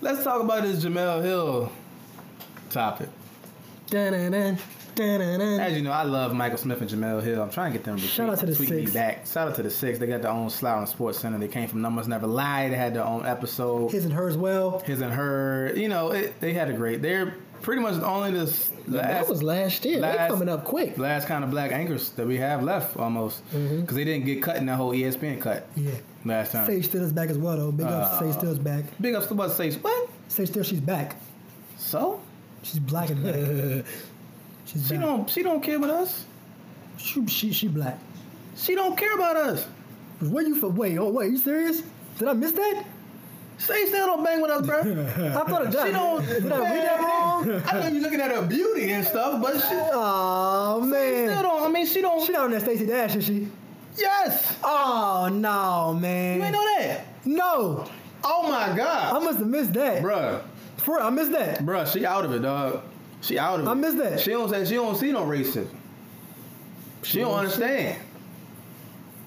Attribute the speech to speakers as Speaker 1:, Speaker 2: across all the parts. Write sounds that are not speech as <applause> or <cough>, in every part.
Speaker 1: Let's talk about this Jamel Hill topic.
Speaker 2: Dun-dun-dun, dun-dun-dun.
Speaker 1: As you know, I love Michael Smith and Jamel Hill. I'm trying to get them to
Speaker 2: Shout out
Speaker 1: tweet-
Speaker 2: to the
Speaker 1: tweet me
Speaker 2: Six.
Speaker 1: back. Shout out to the six. They got their own slot on Sports Center. They came from Numbers Never Lie. They had their own episode. His,
Speaker 2: His and hers well.
Speaker 1: and her. You know, it, they had a great. They're pretty much only this
Speaker 2: that
Speaker 1: last
Speaker 2: was last year. they
Speaker 1: last-
Speaker 2: coming up quick.
Speaker 1: last kind of black anchors that we have left almost because
Speaker 2: Mm-hmm.
Speaker 1: they didn't get cut in that whole E ESPN cut
Speaker 2: Yeah.
Speaker 1: last time.
Speaker 2: Sage Steele's back as well, though. Big up, Sage Steele's back.
Speaker 1: Big ups to what says what?
Speaker 2: Sage Steele, she's back.
Speaker 1: So
Speaker 2: She's black
Speaker 1: <laughs>
Speaker 2: and black. She's
Speaker 1: she
Speaker 2: back.
Speaker 1: don't she don't care about us.
Speaker 2: She, she, she black.
Speaker 1: She don't care about us.
Speaker 2: Where you from? Wait, oh, wait, you serious? Did I miss that?
Speaker 1: Stay still don't bang with us, bro.
Speaker 2: <laughs>
Speaker 1: She
Speaker 2: I thought I did.
Speaker 1: don't.
Speaker 2: Did I read that wrong?
Speaker 1: I know you're looking at her beauty and stuff, but she
Speaker 2: Oh,
Speaker 1: still
Speaker 2: man.
Speaker 1: don't. I mean, she don't.
Speaker 2: She down there, Stacey Dash, is she?
Speaker 1: yes,
Speaker 2: Oh, no,
Speaker 1: you ain't
Speaker 2: man.
Speaker 1: know that.
Speaker 2: No,
Speaker 1: Oh my
Speaker 2: I
Speaker 1: god,
Speaker 2: must have missed that.
Speaker 1: bruh,
Speaker 2: For real, I missed that.
Speaker 1: bruh, she out of it, dog. She out of it.
Speaker 2: I missed that.
Speaker 1: She don't say she don't see no racism. She don't understand.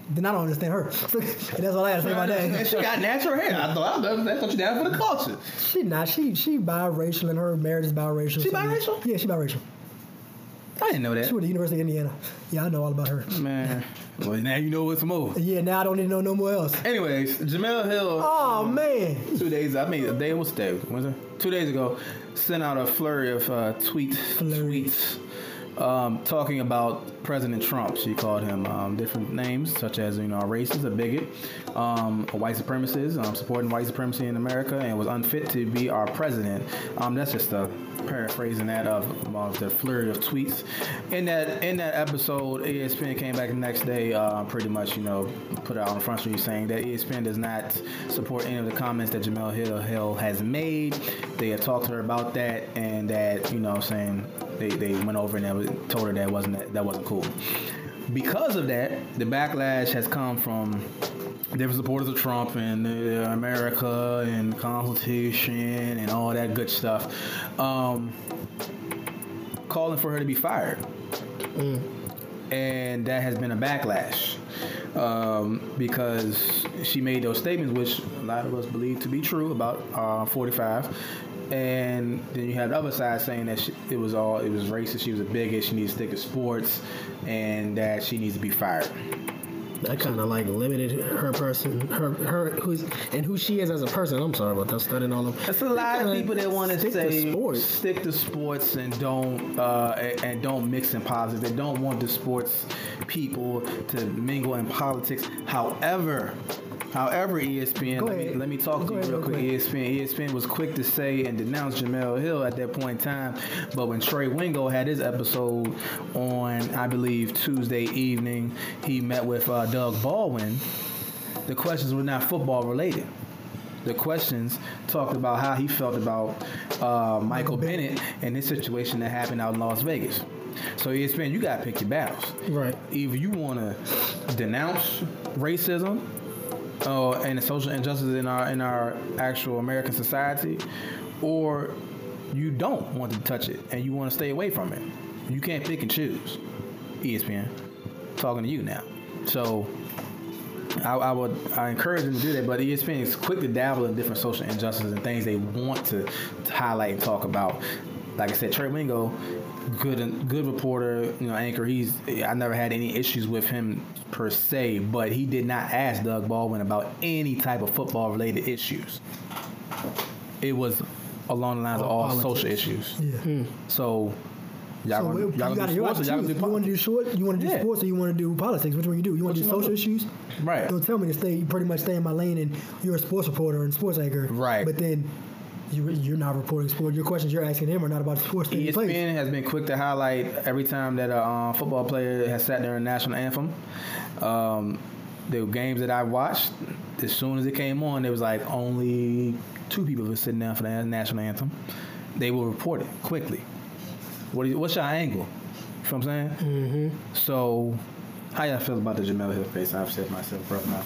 Speaker 2: Then I don't understand her. <laughs> That's all I had to say about
Speaker 1: And
Speaker 2: that.
Speaker 1: she got natural hair. I thought I thought- I thought you down for the culture.
Speaker 2: She not. She she biracial and her marriage is biracial.
Speaker 1: She
Speaker 2: so-
Speaker 1: biracial?
Speaker 2: Yeah, she biracial.
Speaker 1: I didn't know
Speaker 2: She went to the University of Indiana. Yeah, I know all about her.
Speaker 1: Man. Well, now you know what's more.
Speaker 2: Yeah, now I don't need to know no more else.
Speaker 1: Anyways, Jamel Hill.
Speaker 2: Oh man.
Speaker 1: two days. I mean, a day was day. Wednesday, two days ago, sent out a flurry of uh, tweets,
Speaker 2: Flurry.
Speaker 1: tweets, um, talking about President Trump. She called him um, different names, such as you know, a racist, a bigot, um, a white supremacist, um, supporting white supremacy in America, and was unfit to be our president. Um, that's just a paraphrasing that of, of the flurry of tweets. In that in that episode, ESPN came back the next day, uh, pretty much you know put out on front street saying that E ESPN does not support any of the comments that Jamel Hill, Hill has made. They had talked to her about that, and that you know what I'm saying they, they went over and that was, told her that wasn't that, that wasn't cool. Because of that, the backlash has come from different supporters of Trump and uh, America and Constitution and all that good stuff, um, calling for her to be fired, and that has been a backlash um, because she made those statements, which a lot of us believe to be true about uh, 45. And then you have the other side saying that she, it was all it was racist. She was a bigot. She needs to stick to sports, and that she needs to be fired.
Speaker 3: That kind of like limited her person, her her who's and who she is as a person. I'm sorry about that. Studying all of
Speaker 1: That's a lot of
Speaker 3: kinda
Speaker 1: people that want
Speaker 3: stick
Speaker 1: to
Speaker 3: to
Speaker 1: say
Speaker 3: sports.
Speaker 1: stick to sports and don't uh, and, and don't mix in politics. They don't want the sports people to mingle in politics. However, however, E ESPN.
Speaker 2: Go
Speaker 1: Let me,
Speaker 2: ahead.
Speaker 1: let me talk to
Speaker 2: Go
Speaker 1: you
Speaker 2: ahead,
Speaker 1: real
Speaker 2: go
Speaker 1: quick. E
Speaker 2: ahead.
Speaker 1: ESPN. ESPN was quick to say and denounce Jamel Hill at that point in time, but when Trey Wingo had his episode on, I believe Tuesday evening, he met with uh, Doug Baldwin. The questions were not football related the questions talked about how he felt about uh, Michael Bennett and this situation that happened out in Las Vegas. So E ESPN, you gotta pick your battles.
Speaker 3: Right.
Speaker 1: Either you wanna denounce racism uh, and the social injustices in our in our actual American society, or you don't want to touch it and you want to stay away from it. You can't pick and choose. E ESPN, talking to you now. So I, I would I encourage them to do that, but E ESPN is quick to dabble in different social injustices and things they want to, to highlight and talk about. Like I said, Trey Wingo, good good reporter, you know, anchor. He's I never had any issues with him per se, but he did not ask Doug Baldwin about any type of football related issues. It was along the lines of all
Speaker 3: politics.
Speaker 1: social issues.
Speaker 2: Yeah.
Speaker 1: So Hmm. y'all
Speaker 2: So
Speaker 1: gonna,
Speaker 2: you
Speaker 1: y'all gonna
Speaker 2: gotta,
Speaker 1: do
Speaker 2: you
Speaker 1: sports or
Speaker 2: gotta
Speaker 1: y'all
Speaker 2: choose.
Speaker 1: gonna do
Speaker 2: You want to do
Speaker 1: politics?
Speaker 2: short? You want to do
Speaker 1: Yeah.
Speaker 2: sports or you want to do politics? Which one you do? You want to do
Speaker 1: What you
Speaker 2: social
Speaker 1: wanna
Speaker 2: issues?
Speaker 1: Right.
Speaker 2: Don't tell me to stay. Pretty much stay in my lane, and you're a sports reporter and sports anchor.
Speaker 1: Right.
Speaker 2: But then you, you're not reporting sports. Your questions you're asking him are not about the sports that
Speaker 1: E
Speaker 2: he plays.
Speaker 1: ESPN has been quick to highlight every time that a uh, football player has sat during a national anthem. Um, the games that I watched, as soon as it came on, there was like only two people were sitting down for the national anthem. They will report it quickly. What do you, what's your angle? You know what I'm saying? Mm-hmm. So, how y'all feel about the Jamel Hill face? I've said myself, bro. Now,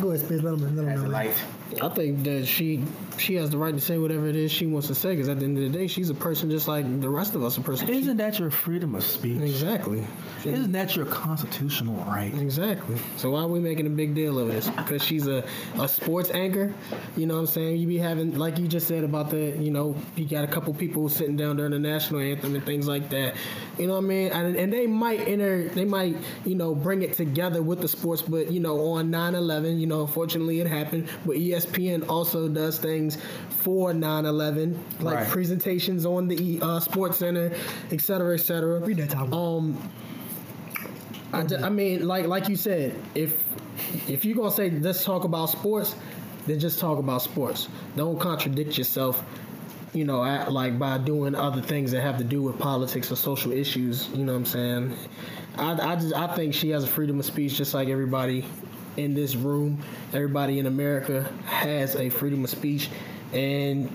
Speaker 2: Go ahead, Spence. Let him, let him
Speaker 1: as a
Speaker 2: know.
Speaker 1: light.
Speaker 3: I think that she she has the right to say whatever it is she wants to say because at the end of the day, she's a person just like the rest of us. A person. She-
Speaker 1: Isn't that your freedom of speech?
Speaker 3: exactly.
Speaker 1: Isn't that your constitutional right?
Speaker 3: Exactly. So why are we making a big deal of this? Because she's a, a sports anchor. You know what I'm saying? You be having like you just said about the you know you got a couple people sitting down during the national anthem and things like that. You know what I mean? And, and they might enter. They might you know bring it together with the sports, but you know on 9/11, you know unfortunately it happened. But E ESPN also does things for 9/11, like
Speaker 1: Right.
Speaker 3: presentations on the E- uh, Sports Center, et cetera, et cetera.
Speaker 2: Read that title.
Speaker 3: Um, I, ju- I mean, like like you said, if if you're gonna say let's talk about sports, then just talk about sports. Don't contradict yourself. You know, at, like by doing other things that have to do with politics or social issues. You know what I'm saying? I, I just I think she has a freedom of speech, just like everybody in this room, everybody in America has a freedom of speech, and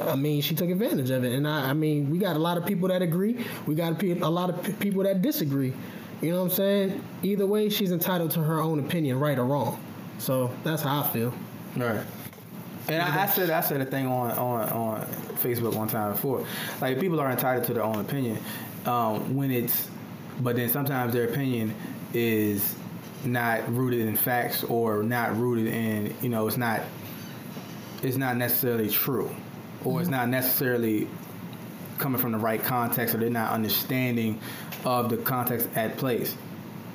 Speaker 3: I mean she took advantage of it. And I, I mean we got a lot of people that agree, we got pe- a lot of pe- people that disagree. You know what I'm saying? Either way, she's entitled to her own opinion, right or wrong. So that's how I feel.
Speaker 1: Right. And I, I said I said a thing on, on, on Facebook one time before. Like people are entitled to their own opinion. Um, when it's but then sometimes their opinion is not rooted in facts or not rooted in you know, it's not it's not necessarily true. Or it's not necessarily coming from the right context or they're not understanding of the context at place.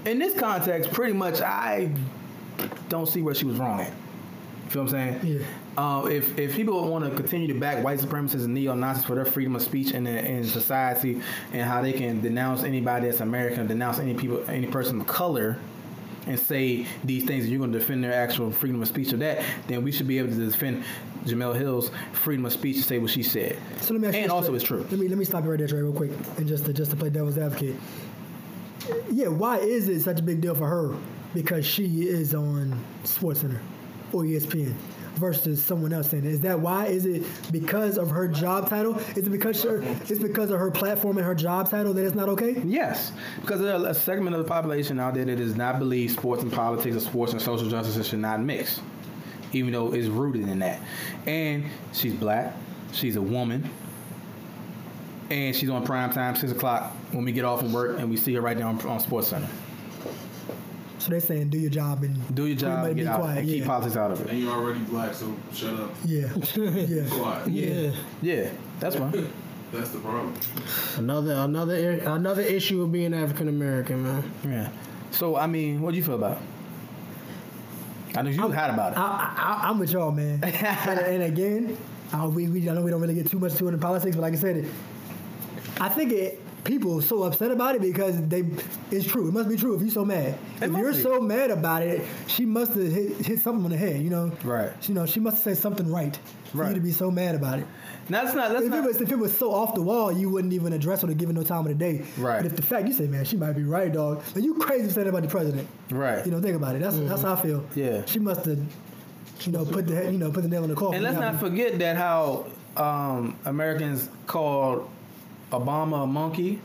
Speaker 1: In this context, pretty much I don't see where she was wrong at. Feel what I'm saying?
Speaker 2: Yeah.
Speaker 1: Uh, if if people want to continue to back white supremacists and neo Nazis for their freedom of speech in, the, in society and how they can denounce anybody that's American, denounce any people, any person of color, and say these things, and you're going to defend their actual freedom of speech or that, then we should be able to defend Jamel Hill's freedom of speech to say what she said.
Speaker 2: So let me ask you
Speaker 1: and
Speaker 2: this,
Speaker 1: also,
Speaker 2: Trey.
Speaker 1: it's true.
Speaker 2: Let me let me stop you right there, Trey, real quick, and just to just to play devil's advocate. Yeah, why is it such a big deal for her? Because she is on SportsCenter or E ESPN versus someone else saying it. Is that why? Is it because of her job title? Is it because her, it's because of her platform and her job title that it's not okay?
Speaker 1: Yes, because there are a segment of the population out there that does not believe sports and politics or sports and social justice should not mix, even though it's rooted in that. And she's black, she's a woman, and she's on prime time, six o'clock when we get off from work, and we see her right there on, on Sports Center.
Speaker 2: So they're saying do your job and
Speaker 1: Do your
Speaker 2: pretty much
Speaker 1: job,
Speaker 2: be
Speaker 1: get out,
Speaker 2: quiet.
Speaker 1: and keep
Speaker 2: yeah.
Speaker 1: politics out of it.
Speaker 4: And you're already black, so shut up.
Speaker 2: yeah, yeah.
Speaker 4: Quiet.
Speaker 2: Yeah.
Speaker 1: Yeah, that's fine.
Speaker 2: <laughs>
Speaker 4: That's the problem.
Speaker 3: Another another ir- another issue of being African American, man.
Speaker 1: Yeah. So I mean, what do you feel about? it? I know you was hot about it.
Speaker 2: I, I, I'm with y'all,
Speaker 1: <laughs>
Speaker 2: man. and, and again, uh, we, we, I know we don't really get too much to it in politics, but like I said, it, I think it, people are so upset about it because they it's true. It must be true if you're so mad. if
Speaker 1: must
Speaker 2: you're
Speaker 1: be.
Speaker 2: so mad about it, she must have hit, hit something on the head, you know?
Speaker 1: Right.
Speaker 2: You know, she must have said something right for
Speaker 1: Right.
Speaker 2: you to be so mad about it.
Speaker 1: Now, that's not. That's
Speaker 2: If it,
Speaker 1: not.
Speaker 2: was, if it was so off the wall, you wouldn't even address her or give her no time of the day.
Speaker 1: Right.
Speaker 2: But if the fact you say, man, she might be right, dog, then you crazy for saying that about the president.
Speaker 1: right.
Speaker 2: You know, think about it. That's that's how I feel.
Speaker 1: Yeah.
Speaker 2: She must have, you know, put the you know put the nail in the coffin.
Speaker 1: And let's
Speaker 2: Yeah.
Speaker 1: not forget that how um, Americans called Obama a monkey.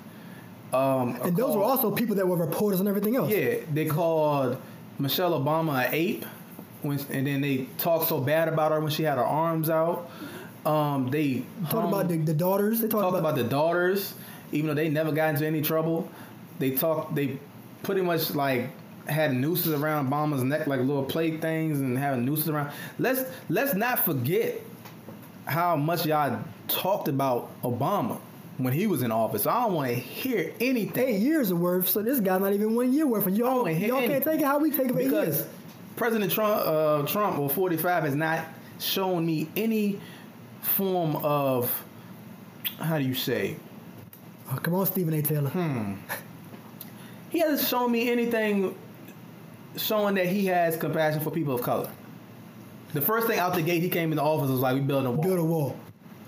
Speaker 1: Um,
Speaker 2: And those were also people that were reporters and everything else.
Speaker 1: yeah, they called Michelle Obama an ape, when, and then they talked so bad about her when she had her arms out. Um, they
Speaker 2: Talking about the, the daughters. They talked
Speaker 1: talked
Speaker 2: about,
Speaker 1: about the daughters, even though they never got into any trouble. They talked. They pretty much like had nooses around Obama's neck, like little plate things, and having nooses around. Let's let's not forget how much y'all talked about Obama when he was in office. I don't want to hear anything
Speaker 2: eight years worth. So this guy's not even one year worth. And y'all
Speaker 1: Oh, and he-
Speaker 2: y'all
Speaker 1: and-
Speaker 2: can't take it how we take it for eight
Speaker 1: because
Speaker 2: years.
Speaker 1: President Trump, uh, Trump or 45 has not shown me any form of how do you say
Speaker 2: Oh, come on, Stephen A. Taylor.
Speaker 3: Hmm.
Speaker 1: he hasn't shown me anything showing that he has compassion for people of color. The first thing out the gate he came into office was like, "We building a wall."
Speaker 2: Build a wall.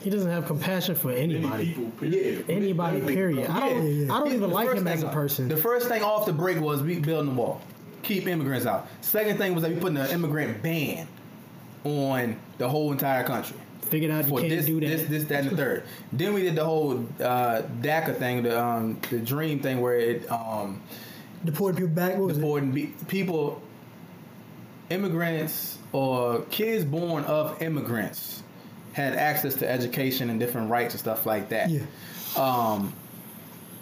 Speaker 3: He doesn't have compassion for
Speaker 4: Any
Speaker 3: anybody.
Speaker 4: people, period.
Speaker 3: Anybody, period. I don't.
Speaker 2: Yeah, yeah.
Speaker 3: I don't
Speaker 1: The
Speaker 3: even like
Speaker 1: first
Speaker 3: him as
Speaker 1: thing-
Speaker 3: a person.
Speaker 1: The first thing off the break was we building a wall, keep immigrants out. Second thing was that we putting an immigrant ban on the whole entire country.
Speaker 3: Figured out you
Speaker 1: for
Speaker 3: can't
Speaker 1: this,
Speaker 3: do that.
Speaker 1: this, this, that, and the third. then we did the whole uh, DACA thing, the um, the dream thing where it um,
Speaker 2: Deporting people back. What was it?
Speaker 1: deporting be- people immigrants or kids born of immigrants had access to education and different rights and stuff like that.
Speaker 2: Yeah.
Speaker 1: Um,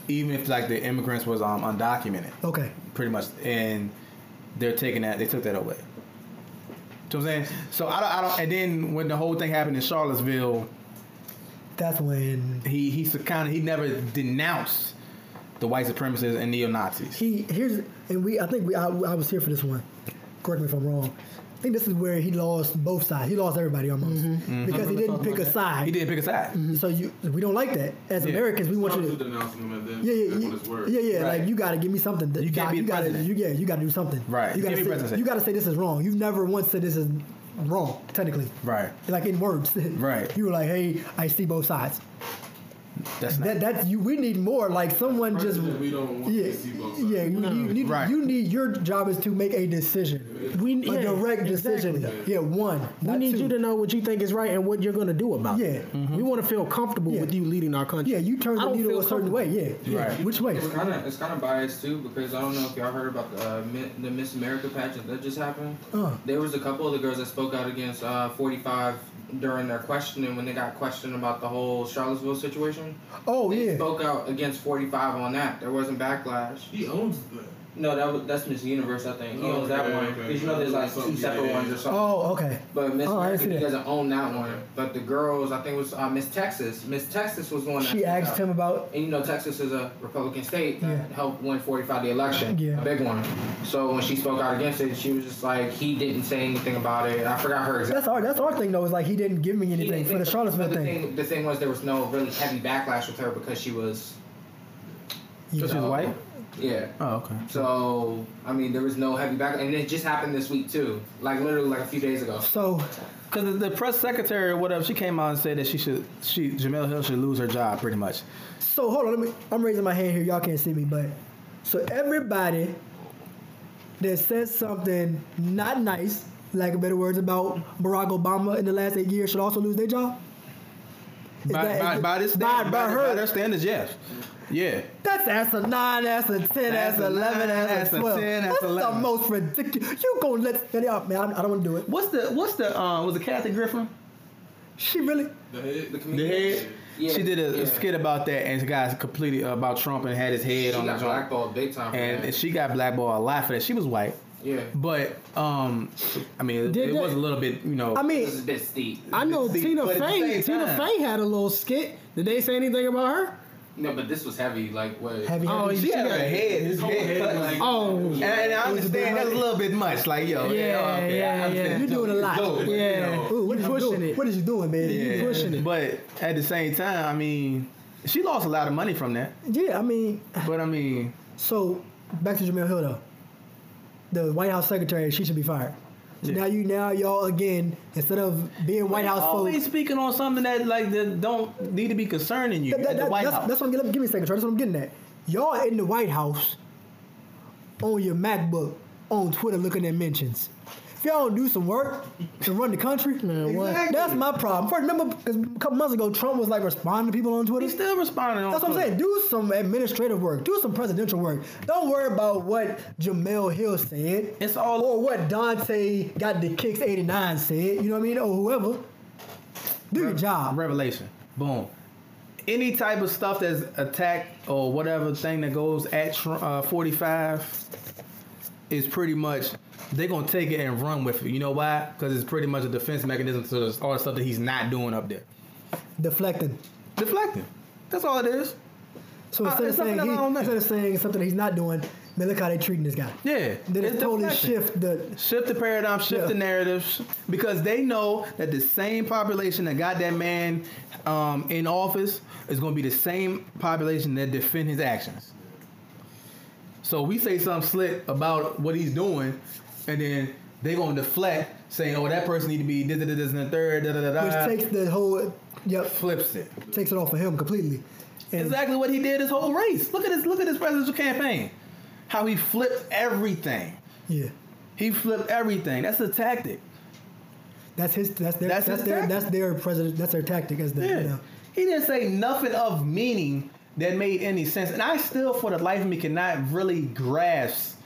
Speaker 1: even if like the immigrants was um, undocumented,
Speaker 2: Okay.
Speaker 1: pretty much, and they're taking that they took that away. You know what I'm saying? So I don't, I don't. And then when the whole thing happened in Charlottesville,
Speaker 2: That's when
Speaker 1: he he kind of he never denounced the white supremacists and neo Nazis.
Speaker 2: he here's and we I think we I, I was here for this one. Correct me if I'm wrong. I think this is where he lost both sides. He lost everybody almost
Speaker 1: Mm-hmm.
Speaker 2: because he didn't pick a side.
Speaker 1: He did pick a side.
Speaker 2: So you we don't like that as
Speaker 1: Yeah.
Speaker 2: Americans. We want
Speaker 4: Trump
Speaker 2: you
Speaker 4: was
Speaker 2: to.
Speaker 4: denouncing him at that,
Speaker 2: Yeah, yeah,
Speaker 4: that's
Speaker 2: yeah,
Speaker 4: what his word.
Speaker 2: yeah, yeah.
Speaker 1: Right.
Speaker 2: Like you got to give me something.
Speaker 1: You can't
Speaker 2: Doc,
Speaker 1: be
Speaker 2: you
Speaker 1: the
Speaker 2: gotta,
Speaker 1: president.
Speaker 2: You, yeah, you got to do something.
Speaker 1: Right.
Speaker 2: You got
Speaker 1: Give me
Speaker 2: to
Speaker 1: president.
Speaker 2: say, you gotta say this is wrong. You've never once said this is wrong technically.
Speaker 1: Right.
Speaker 2: Like in words.
Speaker 1: Right.
Speaker 2: <laughs> you were like, hey, I see both sides.
Speaker 1: That's not
Speaker 2: That that's you. We need more. Like someone just.
Speaker 4: President, we don't want
Speaker 2: Yeah,
Speaker 4: to see both sides.
Speaker 2: yeah. You, you need
Speaker 1: Right.
Speaker 2: you need your job is to make a decision,
Speaker 3: We
Speaker 2: a direct decision. Yeah, one.
Speaker 3: We
Speaker 2: not
Speaker 3: need
Speaker 2: two.
Speaker 3: you to know what you think is right and what you're going to do about it.
Speaker 2: Yeah. Mm-hmm.
Speaker 3: We want to feel comfortable
Speaker 2: Yeah.
Speaker 3: with you leading our country.
Speaker 2: Yeah, you turn
Speaker 3: I
Speaker 2: the
Speaker 3: don't
Speaker 2: needle
Speaker 3: feel
Speaker 2: a certain
Speaker 3: comfortable.
Speaker 2: way. Yeah, yeah.
Speaker 1: Right.
Speaker 2: Which way?
Speaker 5: It's kind of it's kind of biased too because I don't know if y'all heard about the uh, Mi- the Miss America pageant that just happened.
Speaker 2: Uh.
Speaker 5: There was a couple of the girls that spoke out against uh, 45 during their questioning when they got questioned about the whole Charlottesville situation.
Speaker 2: Oh
Speaker 5: they
Speaker 2: yeah.
Speaker 5: spoke out against 45 on that. There wasn't backlash.
Speaker 4: He owns that.
Speaker 5: No, that was, that's Miss Universe, I think. He
Speaker 4: Oh,
Speaker 5: owns that
Speaker 4: okay,
Speaker 5: one
Speaker 4: okay.
Speaker 5: because you know there's like two
Speaker 4: Something,
Speaker 5: separate
Speaker 4: yeah,
Speaker 5: ones
Speaker 4: yeah.
Speaker 5: or something.
Speaker 2: Oh okay.
Speaker 5: But Miss
Speaker 2: Oh, I
Speaker 5: America
Speaker 2: see that.
Speaker 5: doesn't own that one. But the girls, I think it was uh, Miss Texas. Miss Texas was the one. that
Speaker 2: She
Speaker 5: spoke
Speaker 2: asked
Speaker 5: out.
Speaker 2: him about.
Speaker 5: And you know, Texas is a Republican state that
Speaker 2: Yeah.
Speaker 5: helped win 45 the election,
Speaker 2: Yeah.
Speaker 5: a big one. So when she spoke out against it, she was just like, he didn't say anything about it. I forgot her exact.
Speaker 2: That's our that's our thing though. Is like he didn't give me
Speaker 5: He didn't
Speaker 2: anything for
Speaker 5: think-
Speaker 2: the Charlottesville
Speaker 5: but the
Speaker 2: thing.
Speaker 5: The thing was, there was no really heavy backlash with her because she was,
Speaker 1: because she's
Speaker 5: know.
Speaker 1: white.
Speaker 5: yeah.
Speaker 1: Oh, okay.
Speaker 5: So I mean, there was no heavy backlash, and it just happened this week too. Like literally, like a few days ago.
Speaker 2: So
Speaker 1: Because the, the press secretary or whatever, she came out and said that she should, she Jamel Hill should lose her job, pretty much.
Speaker 2: so hold on. Let me. I'm raising my hand here. Y'all can't see me, but so everybody that says something not nice, lack of better words, about Barack Obama in the last eight years should also lose their job. Is
Speaker 1: By,
Speaker 2: that-
Speaker 1: by,
Speaker 2: is-
Speaker 1: by this
Speaker 2: by,
Speaker 1: stand,
Speaker 2: by
Speaker 1: by,
Speaker 2: her.
Speaker 1: by their standards, yes, yeah.
Speaker 2: That's ass a nine, that's a ten, that's,
Speaker 1: That's
Speaker 2: a
Speaker 1: a
Speaker 2: eleven,
Speaker 1: nine,
Speaker 2: that's a
Speaker 1: that's a
Speaker 2: twelve.
Speaker 1: 10,
Speaker 2: that's
Speaker 1: that's
Speaker 2: the
Speaker 1: 11.
Speaker 2: most ridiculous. You gonna let that out, man? I, I don't want to do it.
Speaker 1: What's the what's the um was it Kathy Griffin?
Speaker 2: She really?
Speaker 4: The head, the
Speaker 1: The head.
Speaker 5: Yeah,
Speaker 1: she did a,
Speaker 5: yeah.
Speaker 1: a skit about that, and the guys completely uh, about Trump and had his
Speaker 5: She
Speaker 1: head on the
Speaker 5: got
Speaker 1: joint.
Speaker 5: blackballed big time. for
Speaker 1: And
Speaker 5: that.
Speaker 1: she got blackballed a lot for that. She was white,
Speaker 5: yeah,
Speaker 1: but um, I mean, it,
Speaker 3: Did
Speaker 1: it
Speaker 3: they-
Speaker 1: was a little bit, you know.
Speaker 2: I mean,
Speaker 5: this is a bit steep.
Speaker 3: I know
Speaker 1: See,
Speaker 3: Tina
Speaker 1: but at the same
Speaker 3: Fey. Tina
Speaker 1: time-
Speaker 3: Fey had a little skit. Did they say anything about her?
Speaker 5: No, but this was heavy. Like what?
Speaker 2: heavy.
Speaker 3: Oh,
Speaker 2: heavy.
Speaker 1: she had her head, his
Speaker 4: whole
Speaker 1: head,
Speaker 4: head
Speaker 1: cut,
Speaker 4: was-
Speaker 1: like,
Speaker 3: Oh,
Speaker 1: And, and I understand that's a little bit much. Like, yo,
Speaker 3: Yeah,
Speaker 1: okay,
Speaker 3: yeah,
Speaker 1: I understand.
Speaker 3: yeah.
Speaker 2: You're doing a lot.
Speaker 1: Dope, but,
Speaker 3: Yeah.
Speaker 1: you know,
Speaker 2: Ooh, what
Speaker 3: you
Speaker 2: you
Speaker 3: pushing
Speaker 2: doing?
Speaker 3: it.
Speaker 2: What is you doing, man?
Speaker 1: yeah.
Speaker 2: You pushing it.
Speaker 1: But at the same time, I mean, she lost a lot of money from that.
Speaker 2: Yeah, I mean,
Speaker 1: But I mean,
Speaker 2: so back to Jamel Hill though. The White House secretary, she should be fired. So
Speaker 1: Yeah.
Speaker 2: now you, now y'all again, instead of being White House folks,
Speaker 1: always speaking on something that like that don't need to be concerning you
Speaker 2: That- that-
Speaker 1: at the
Speaker 2: that-
Speaker 1: White
Speaker 2: that's,
Speaker 1: House.
Speaker 2: that's what I'm getting. Give me a second, Trey. That's what I'm getting at. Y'all in the White House on your MacBook on Twitter looking at mentions. If y'all don't do some work to run the country,
Speaker 3: what?
Speaker 2: that's my problem. First, remember 'cause a couple months ago, Trump was like responding to people on Twitter.
Speaker 1: He's still responding. On
Speaker 2: That's what I'm
Speaker 1: Twitter.
Speaker 2: saying. Do some administrative work. Do some presidential work. Don't worry about what Jamel Hill said.
Speaker 1: It's all-
Speaker 2: or what Dante got the kicks 89 said. You know what I mean? Or whoever. Do your job.
Speaker 1: Revelation. Boom. Any type of stuff that's attack or whatever thing that goes at Tr- uh, 45 is pretty much they're gonna take it and run with it. You know why? Because it's pretty much a defense mechanism to this- all the stuff that he's not doing up there.
Speaker 2: Deflecting.
Speaker 1: Deflecting. That's all it is.
Speaker 2: So
Speaker 1: Uh,
Speaker 2: instead of
Speaker 1: it's something
Speaker 2: saying
Speaker 1: that
Speaker 2: he,
Speaker 1: I don't know.
Speaker 2: instead of saying something that he's not doing, man, look how they treating this guy.
Speaker 1: Yeah.
Speaker 2: Then it
Speaker 1: It's
Speaker 2: totally
Speaker 1: deflection.
Speaker 2: shift the
Speaker 1: Shift the paradigm, shift
Speaker 2: Yeah.
Speaker 1: the narratives, because they know that the same population that got that man um, in office is going to be the same population that defend his actions. So we say something slick about what he's doing, and then they going to deflect, saying, "Oh, that person need to be this, this, this, and the third, da da da
Speaker 2: which
Speaker 1: da."
Speaker 2: takes the whole yep
Speaker 1: flips it.
Speaker 2: takes it off of him completely. And
Speaker 1: Exactly what he did his whole race. Look at his look at his presidential campaign, how he flipped everything.
Speaker 2: yeah.
Speaker 1: He flipped everything. That's a tactic.
Speaker 2: That's his that's their that's,
Speaker 1: That's his
Speaker 2: their
Speaker 1: tactic.
Speaker 2: that's their president that's their tactic as the
Speaker 1: Yeah.
Speaker 2: you know.
Speaker 1: He didn't say nothing of meaning that made any sense. And I still, for the life of me, cannot really grasp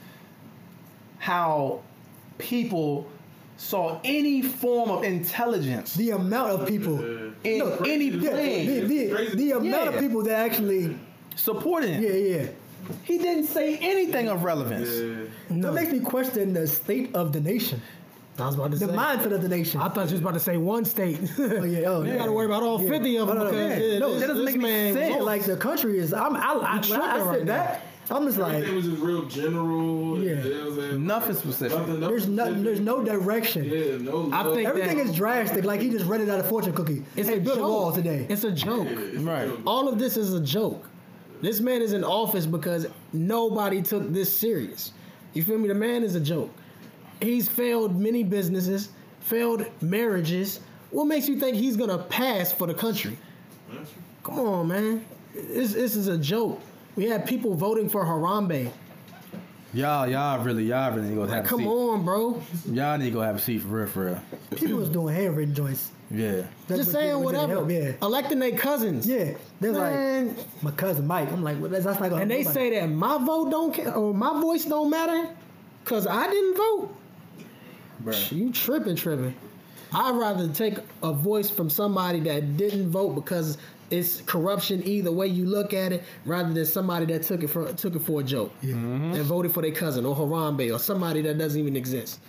Speaker 1: how people saw any form of intelligence
Speaker 2: The amount of people.
Speaker 1: in
Speaker 2: No,
Speaker 1: any
Speaker 2: Yeah, the,
Speaker 1: play
Speaker 2: the, the amount
Speaker 1: Yeah.
Speaker 2: of people that actually,
Speaker 1: supporting him.
Speaker 2: yeah, yeah.
Speaker 1: He didn't say anything of relevance.
Speaker 2: That makes me question the state of the nation,
Speaker 3: I was about to
Speaker 2: the
Speaker 3: say.
Speaker 2: mindset of the nation.
Speaker 3: I thought you was about to say one state. <laughs>
Speaker 2: oh yeah, oh
Speaker 3: You
Speaker 2: yeah.
Speaker 3: got to worry about all
Speaker 2: Yeah.
Speaker 3: 50 of them.
Speaker 2: No, no, no.
Speaker 3: because,
Speaker 2: Yeah.
Speaker 3: yeah,
Speaker 2: No,
Speaker 3: this-
Speaker 2: that doesn't
Speaker 3: this
Speaker 2: make
Speaker 3: man
Speaker 2: any sense.
Speaker 3: lost.
Speaker 2: Like the country is, I'm, I, I,
Speaker 3: You
Speaker 2: when I,
Speaker 3: tripping
Speaker 2: I
Speaker 3: right
Speaker 2: sit back, I'm just like,
Speaker 4: Everything was just real general.
Speaker 2: Yeah.
Speaker 4: You know what I'm saying?
Speaker 1: Nothing specific.
Speaker 4: Nothing,
Speaker 2: there's nothing, there's no direction.
Speaker 4: Yeah, no.
Speaker 3: I
Speaker 4: love.
Speaker 3: think-
Speaker 2: Everything is drastic. Like he just read it out of fortune cookie.
Speaker 3: It's
Speaker 2: hey,
Speaker 3: a
Speaker 2: build
Speaker 3: joke.
Speaker 2: a wall today.
Speaker 3: It's a joke.
Speaker 1: Right.
Speaker 2: Oh.
Speaker 3: All of this is a joke. This man is in office because nobody took this serious. You feel me? The man is a joke. He's failed many businesses, failed marriages. What makes you think he's gonna pass for the country? Come on, man. This this is a joke. We had people voting for Harambe.
Speaker 1: Y'all, y'all really, y'all really need to go have a
Speaker 3: Come
Speaker 1: seat.
Speaker 3: on, bro.
Speaker 1: Y'all need to go have a seat for real, for real.
Speaker 2: People was doing handwritten joints.
Speaker 1: Yeah.
Speaker 2: That's
Speaker 3: Just
Speaker 2: what-
Speaker 3: saying
Speaker 2: what didn't
Speaker 3: whatever.
Speaker 2: help, Yeah,
Speaker 3: Electing their cousins.
Speaker 2: yeah. They're like
Speaker 3: Man,
Speaker 2: my cousin Mike. I'm like, well, that's, that's not gonna.
Speaker 3: and they
Speaker 2: help
Speaker 3: say that my vote don't ca- or my voice don't matter because I didn't vote.
Speaker 1: Bruh.
Speaker 3: You tripping, tripping. I'd rather take a voice from somebody that didn't vote because it's corruption either way you look at it, rather than somebody that took it for took it for a joke and voted for their cousin or Harambe or somebody that doesn't even exist.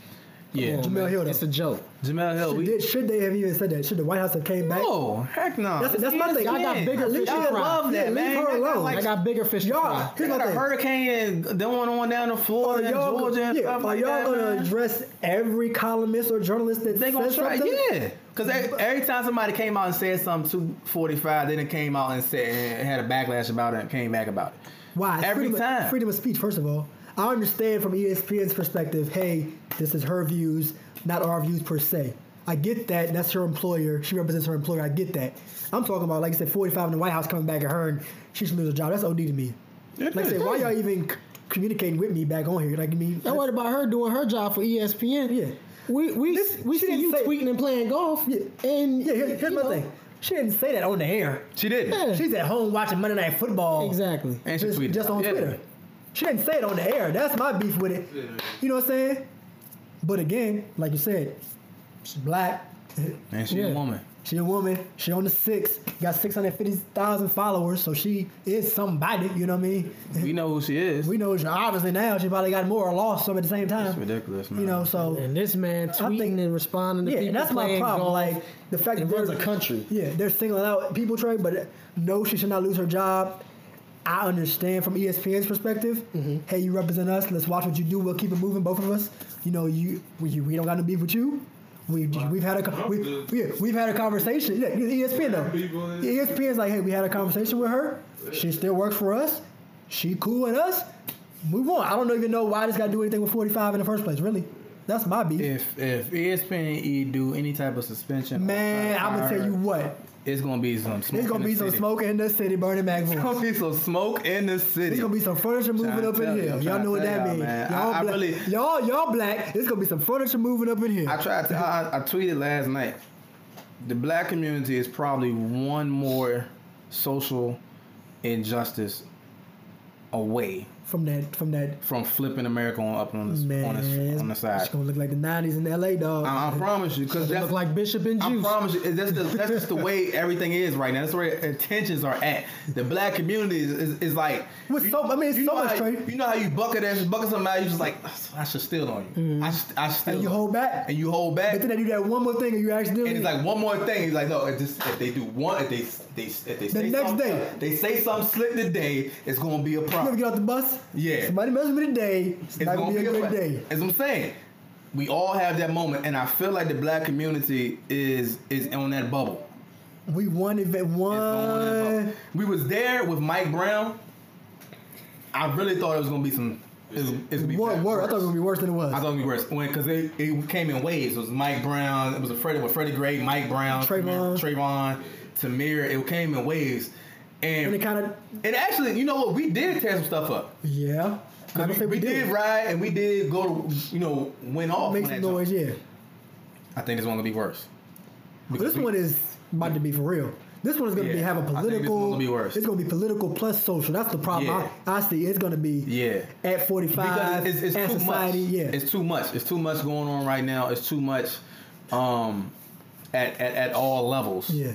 Speaker 1: Yeah.
Speaker 3: Come on,
Speaker 2: Jamel
Speaker 3: man.
Speaker 2: Hill, though.
Speaker 3: It's a joke.
Speaker 1: Jamel Hill,
Speaker 2: Should,
Speaker 1: we.
Speaker 2: did, should they have even said that? Should the White House have came back?
Speaker 1: Oh, heck no.
Speaker 2: That's- that's my thing.
Speaker 3: Y'all got bigger
Speaker 2: Leave
Speaker 3: fish to
Speaker 2: her
Speaker 3: fry.
Speaker 1: love that,
Speaker 2: Yeah,
Speaker 1: man.
Speaker 2: Leave her
Speaker 1: Y'all got,
Speaker 2: alone.
Speaker 1: like,
Speaker 3: I got bigger fish to fry.
Speaker 2: Y'all,
Speaker 1: They
Speaker 2: here's
Speaker 1: got
Speaker 2: my
Speaker 1: a
Speaker 2: thing.
Speaker 1: hurricane and then one on down to
Speaker 2: Are
Speaker 1: Florida and
Speaker 2: Oh, y'all,
Speaker 1: Georgia and
Speaker 2: yeah,
Speaker 1: stuff
Speaker 2: are
Speaker 1: like
Speaker 2: y'all
Speaker 1: that.
Speaker 2: gonna
Speaker 1: man.
Speaker 2: address every columnist or journalist that
Speaker 1: They gonna
Speaker 2: says
Speaker 1: try,
Speaker 2: something?
Speaker 1: yeah. Because every time somebody came out and said something 245, then it came out and said and had a backlash about it and came back about it.
Speaker 2: Why? It's
Speaker 1: Every
Speaker 2: freedom, of-
Speaker 1: time.
Speaker 2: Freedom of speech, first of all. I understand from E ESPN's perspective, hey, this is her views, not our views per se. I get that. That's her employer. She represents her employer. I get that. I'm talking about, like I said, 45 in the White House coming back at her and she should lose her job. That's OD to me. Like I said, why y'all even c- communicating with me back on here? Like, I mean,
Speaker 3: Don't worry about her doing her job for E ESPN.
Speaker 2: Yeah.
Speaker 3: We we
Speaker 2: This-
Speaker 3: we
Speaker 2: she
Speaker 3: see
Speaker 2: didn't
Speaker 3: you
Speaker 2: say-
Speaker 3: tweeting and playing golf.
Speaker 2: Yeah.
Speaker 3: And
Speaker 2: yeah, here- here's
Speaker 3: you
Speaker 2: my
Speaker 3: know,
Speaker 2: thing. She didn't say that on the air.
Speaker 1: She didn't.
Speaker 3: Yeah.
Speaker 2: She's at home watching Monday Night Football.
Speaker 3: Exactly.
Speaker 1: And she
Speaker 2: just,
Speaker 1: tweeted.
Speaker 2: just on
Speaker 1: Yeah.
Speaker 2: Twitter. She didn't say it on the air. That's my beef with it. You know what I'm saying? But again, like you said, she's black.
Speaker 1: And she's
Speaker 3: Yeah.
Speaker 1: a woman.
Speaker 2: She a woman. She on the six. Got six hundred fifty thousand followers, so she is somebody. You know what I mean?
Speaker 1: We know who she is.
Speaker 2: We know she obviously now she probably got more or lost some at the same
Speaker 1: It's
Speaker 2: time.
Speaker 1: ridiculous, man.
Speaker 2: You know, so
Speaker 3: And this man tweeting
Speaker 2: think-
Speaker 3: and responding to
Speaker 2: yeah,
Speaker 3: people.
Speaker 2: and that's my
Speaker 3: playing
Speaker 2: problem.
Speaker 3: golf.
Speaker 2: Like the fact
Speaker 3: It
Speaker 2: that
Speaker 3: runs
Speaker 2: they're-
Speaker 3: a country.
Speaker 2: Yeah, they're singling out people, Trey. But no, she should not lose her job. I understand from E ESPN's perspective.
Speaker 3: Mm-hmm.
Speaker 2: Hey, you represent us. Let's watch what you do. We'll keep it moving, both of us. You know, you we, you, we don't got no beef with you. We we've had a co- we yeah, we've had a conversation. Yeah, E ESPN
Speaker 4: People
Speaker 2: though. E
Speaker 4: is-
Speaker 2: Yeah, ESPN's like, hey, we had a conversation with her. She still works for us. She cool with us. Move on. I don't even know why this got to do anything with 45 in the first place. Really, that's my beef.
Speaker 1: If if ESPN and E do any type of suspension,
Speaker 2: Man, I'm gonna tell you what.
Speaker 1: it's gonna be some smoke.
Speaker 2: There's gonna
Speaker 1: in
Speaker 2: be
Speaker 1: the
Speaker 2: some
Speaker 1: city.
Speaker 2: smoke in the city, Bernie
Speaker 1: <laughs>
Speaker 2: Mac
Speaker 1: It's
Speaker 2: voice.
Speaker 1: gonna be some smoke in the city.
Speaker 2: There's gonna be some furniture moving
Speaker 1: to
Speaker 2: up in
Speaker 1: tell you,
Speaker 2: here.
Speaker 1: I'm
Speaker 2: Y'all
Speaker 1: trying
Speaker 2: know
Speaker 1: to
Speaker 2: what
Speaker 1: tell
Speaker 2: that
Speaker 1: y'all,
Speaker 2: means.
Speaker 1: man.
Speaker 2: Y'all
Speaker 1: I- I
Speaker 2: black.
Speaker 1: really-
Speaker 2: y'all, y'all black. There's gonna be some furniture moving up in here.
Speaker 1: I tried to. I, I tweeted last night. The black community is probably one more social injustice away
Speaker 2: from that, from that.
Speaker 1: from flipping America on up on the
Speaker 2: Man,
Speaker 1: on the, on the side.
Speaker 2: It's gonna look like the '90s in LA, dog.
Speaker 1: I, I promise you, because
Speaker 3: They
Speaker 1: that's
Speaker 3: look like Bishop and
Speaker 1: I
Speaker 3: Juice.
Speaker 1: promise you, that's, the, that's just the way everything is right now. That's where intentions are at. The black community is, is, is like.
Speaker 2: With
Speaker 1: you-
Speaker 2: so- I mean, it's
Speaker 1: you
Speaker 2: so
Speaker 1: know
Speaker 2: much
Speaker 1: how,
Speaker 2: trade.
Speaker 1: You know how you bucket that, bucket somebody, you just like, I should steal on you. I, sh- I steal.
Speaker 2: Mm-hmm. and you
Speaker 1: on
Speaker 2: hold back,
Speaker 1: And you hold back.
Speaker 2: but then they do that one more thing, and you accidentally.
Speaker 1: And it's like one more thing. He's like, no, if, this, if they do one, if they they if they say
Speaker 2: next
Speaker 1: something,
Speaker 2: day.
Speaker 1: they say something slick today, it's gonna be a
Speaker 2: you ever
Speaker 1: problem.
Speaker 2: get off the bus?
Speaker 1: Yeah.
Speaker 2: Somebody messes with me today. It's,
Speaker 1: It's
Speaker 2: not gonna, be a good
Speaker 1: problem.
Speaker 2: day.
Speaker 1: As I'm saying, we all have that moment, and I feel like the black community is is on that bubble.
Speaker 2: We won event
Speaker 1: It's on that
Speaker 2: one.
Speaker 1: bubble. We was there with Mike Brown. I really thought it was gonna be some. It's, it's gonna be
Speaker 2: What
Speaker 1: bad-
Speaker 2: word? I thought it was gonna be worse than it was.
Speaker 1: I thought it would be worse because it, it came in waves. It was Mike Brown. It was a Freddie, with Freddie Gray, Mike Brown,
Speaker 2: Trayvon.
Speaker 1: Trayvon, Tamir. It came in waves, and
Speaker 2: and it kind of,
Speaker 1: and actually, you know what? We did tear some stuff up.
Speaker 2: yeah. I don't
Speaker 1: We,
Speaker 2: say
Speaker 1: we did ride and we did go. You know, went off.
Speaker 2: Make
Speaker 1: on
Speaker 2: some
Speaker 1: that
Speaker 2: noise,
Speaker 1: joint.
Speaker 2: yeah.
Speaker 1: I think this one gonna be worse.
Speaker 2: But this
Speaker 1: we-
Speaker 2: one is about to be for real. This one's going to be
Speaker 1: Yeah.
Speaker 2: have a
Speaker 1: I think this
Speaker 2: political.
Speaker 1: one'll be worse.
Speaker 2: It's going to be political plus social. That's the problem.
Speaker 1: Yeah.
Speaker 2: I, I see. It's going to be
Speaker 1: Yeah.
Speaker 2: at forty
Speaker 1: because
Speaker 2: five
Speaker 1: it's, it's
Speaker 2: and
Speaker 1: too
Speaker 2: society.
Speaker 1: much.
Speaker 2: Yeah,
Speaker 1: It's too much. It's too much going on right now. It's too much um, at, at at all levels.
Speaker 2: yeah.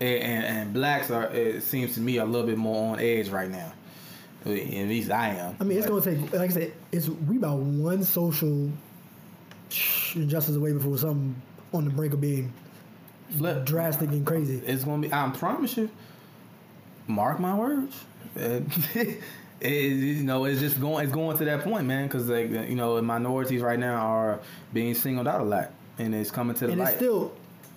Speaker 1: And, and, and blacks are it seems to me are a little bit more on edge right now. At least I am.
Speaker 2: I mean, it's
Speaker 1: But-
Speaker 2: going to take. Like I said, it's we about one social injustice away before something on the brink of being
Speaker 1: Flip.
Speaker 2: drastic and crazy.
Speaker 1: It's gonna be. I promise you. Mark my words. Uh, <laughs> it- it- you know, it's just going. It's going to that point, man. Because like you know, minorities right now are being singled out a lot, and it's coming to the
Speaker 2: and
Speaker 1: light.
Speaker 2: it's still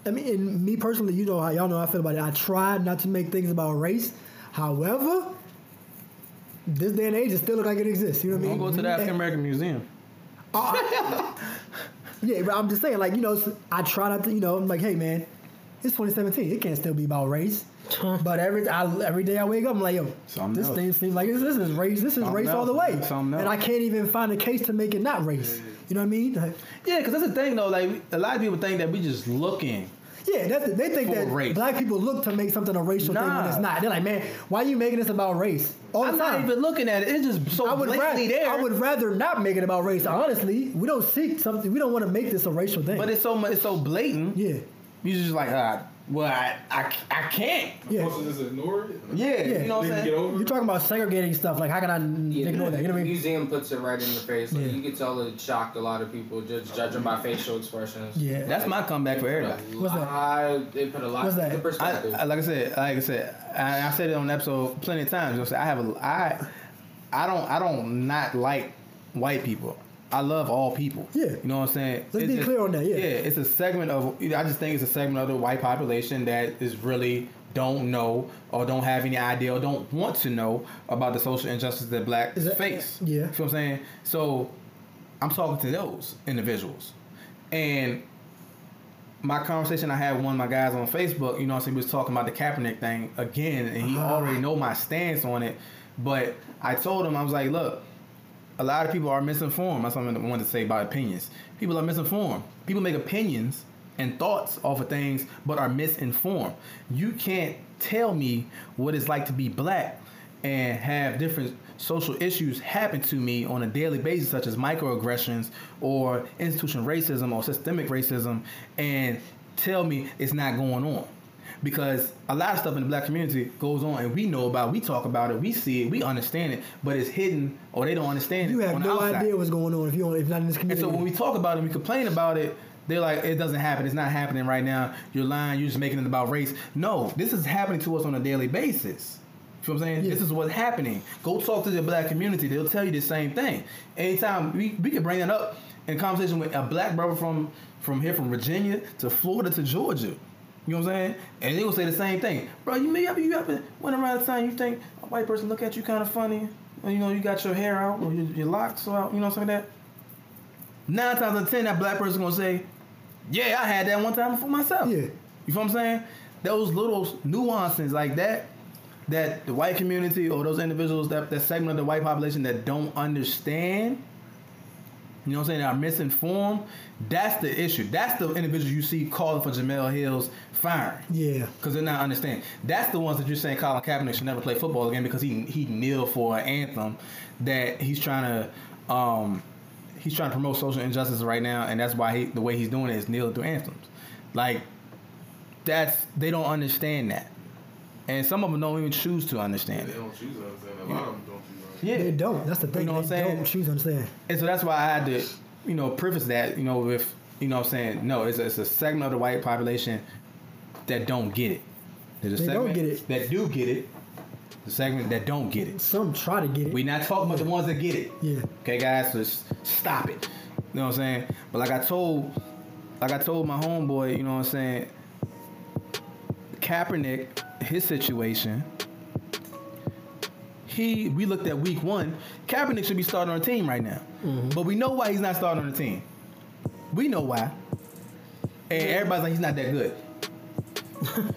Speaker 2: i mean and me personally you know how y'all know how i feel about it i try not to make things about race however this day and age it still look like it exists you know what i
Speaker 1: Don't
Speaker 2: mean
Speaker 1: go to the
Speaker 2: And-
Speaker 1: African American Museum.
Speaker 2: yeah but i'm just saying like you know i try not to you know i'm like hey man it's 2017 it can't still be about race but every I, every day i wake up i'm like yo
Speaker 1: Something
Speaker 2: this
Speaker 1: else.
Speaker 2: thing seems like this, this is race this is
Speaker 1: Something
Speaker 2: race all
Speaker 1: else.
Speaker 2: the way
Speaker 1: Something
Speaker 2: and i
Speaker 1: else.
Speaker 2: can't even find a case to make it not race you know what i mean Like,
Speaker 1: Yeah, because that's the thing though. Like a lot of people think that we just looking.
Speaker 2: Yeah, that's the, they think
Speaker 1: For
Speaker 2: that
Speaker 1: race.
Speaker 2: black people look to make something a racial thing when
Speaker 1: Nah.
Speaker 2: it's not. They're like, man, why you making this about race? All
Speaker 1: I'm
Speaker 2: the
Speaker 1: not
Speaker 2: time.
Speaker 1: even looking at it. It's just so
Speaker 2: I would, rather,
Speaker 1: blatantly there.
Speaker 2: I would rather not make it about race. Honestly, we don't seek something. We don't want to make this a racial thing.
Speaker 1: but it's so mu- it's so blatant.
Speaker 2: yeah,
Speaker 1: You just like, ah, well, I, I, I can't.
Speaker 2: yeah.
Speaker 4: Supposed to just ignore it.
Speaker 1: Yeah,
Speaker 2: Yeah.
Speaker 1: you know what I'm
Speaker 4: Then
Speaker 1: saying.
Speaker 4: get over
Speaker 2: You're
Speaker 4: it.
Speaker 2: talking about segregating stuff. Like, how can I n-
Speaker 5: Yeah,
Speaker 2: ignore that? You know what I
Speaker 5: the
Speaker 2: mean?
Speaker 5: museum puts it right in the face. Like
Speaker 2: Yeah.
Speaker 5: you could tell it shocked a lot of people just judging by facial expressions.
Speaker 2: Yeah.
Speaker 1: That's my comeback for
Speaker 5: A
Speaker 1: everybody.
Speaker 2: What's that?
Speaker 5: lot- They put a lot
Speaker 2: What's that?
Speaker 5: in
Speaker 1: I,
Speaker 5: perspective.
Speaker 1: I- like I said, like I said, I, I said it on the episode plenty of times. I said, I have a, I, I don't, I don't not like white people. I love all people.
Speaker 2: Yeah.
Speaker 1: you know what I'm saying.
Speaker 2: Let's
Speaker 1: It's
Speaker 2: be clear on that, yeah.
Speaker 1: yeah, it's a segment of. I just think it's a segment of the white population that is really don't know or don't have any idea or don't want to know about the social injustice that black
Speaker 2: Is that-
Speaker 1: face.
Speaker 2: yeah.
Speaker 1: you know what I'm saying. So, I'm talking to those individuals, and my conversation I had with one of my guys on Facebook, you know what I'm saying, we was talking about the Kaepernick thing again, and he
Speaker 2: Uh-huh.
Speaker 1: already know my stance on it. But I told him, I was like, look, a lot of people are misinformed. That's something I wanted to say about opinions. People are misinformed. People make opinions and thoughts off of things, but are misinformed. You can't tell me what it's like to be black and have different social issues happen to me on a daily basis, such as microaggressions or institutional racism or systemic racism, and tell me it's not going on. Because a lot of stuff in the black community goes on, and we know about, it, we talk about it, we see it, we understand it, but it's hidden or they don't understand it.
Speaker 2: You have
Speaker 1: on the
Speaker 2: no
Speaker 1: outside.
Speaker 2: idea what's going on if you don't, if not in this
Speaker 1: And
Speaker 2: community.
Speaker 1: so when we talk about it and we complain about it, they're like, it doesn't happen. It's not happening right now. You're lying. You're just making it about race. No, this is happening to us on a daily basis. You know what I'm saying?
Speaker 2: Yeah.
Speaker 1: This is what's happening. Go talk to the black community. They'll tell you the same thing. Anytime we, we can bring that up in conversation with a black brother from from here, from Virginia to Florida to Georgia. You know what I'm saying? And they will say the same thing. Bro, you may have you ever went around the time you think a white person look at you kind of funny. You know, you got your hair out or your, your locks out, you know what I'm saying? That nine times out of ten, that black person gonna say, "Yeah, I had that one time for myself."
Speaker 2: Yeah.
Speaker 1: you feel what I'm saying? Those little nuances like that, that the white community or those individuals that that segment of the white population that don't understand, you know what I'm saying, are misinformed. That's the issue. That's the individual you see calling for Jamel Hill's firing.
Speaker 2: yeah,
Speaker 1: Because they're not understanding. That's the ones that you're saying Colin Kaepernick should never play football again because he he kneeled for an anthem that he's trying to um, he's trying to promote social injustice right now, and that's why he, the way he's doing it is kneeling through anthems. Like that's they don't understand that, and some of them don't even choose to understand
Speaker 4: They
Speaker 1: it.
Speaker 4: don't choose us, and a lot of them don't choose us.
Speaker 1: Yeah,
Speaker 2: they don't. That's the thing.
Speaker 1: You know what I'm
Speaker 2: they
Speaker 1: saying?
Speaker 2: don't choose to understand.
Speaker 1: and so that's why I had to, you know, preface that, you know, with, you know what I'm saying? No, it's a, it's a segment of the white population that don't get it. There's a
Speaker 2: They don't
Speaker 1: segment
Speaker 2: get it.
Speaker 1: That do get it. The segment that don't get it.
Speaker 2: Some try to get it.
Speaker 1: We not talking about the ones that get it.
Speaker 2: Yeah.
Speaker 1: Okay, guys, just stop it. You know what I'm saying? But like I told, like I told my homeboy, you know what I'm saying? Kaepernick, his situation. He, we looked at week one. Kaepernick should be starting on the team right now, but we know why he's not starting on the team. We know why, and everybody's like he's not that good.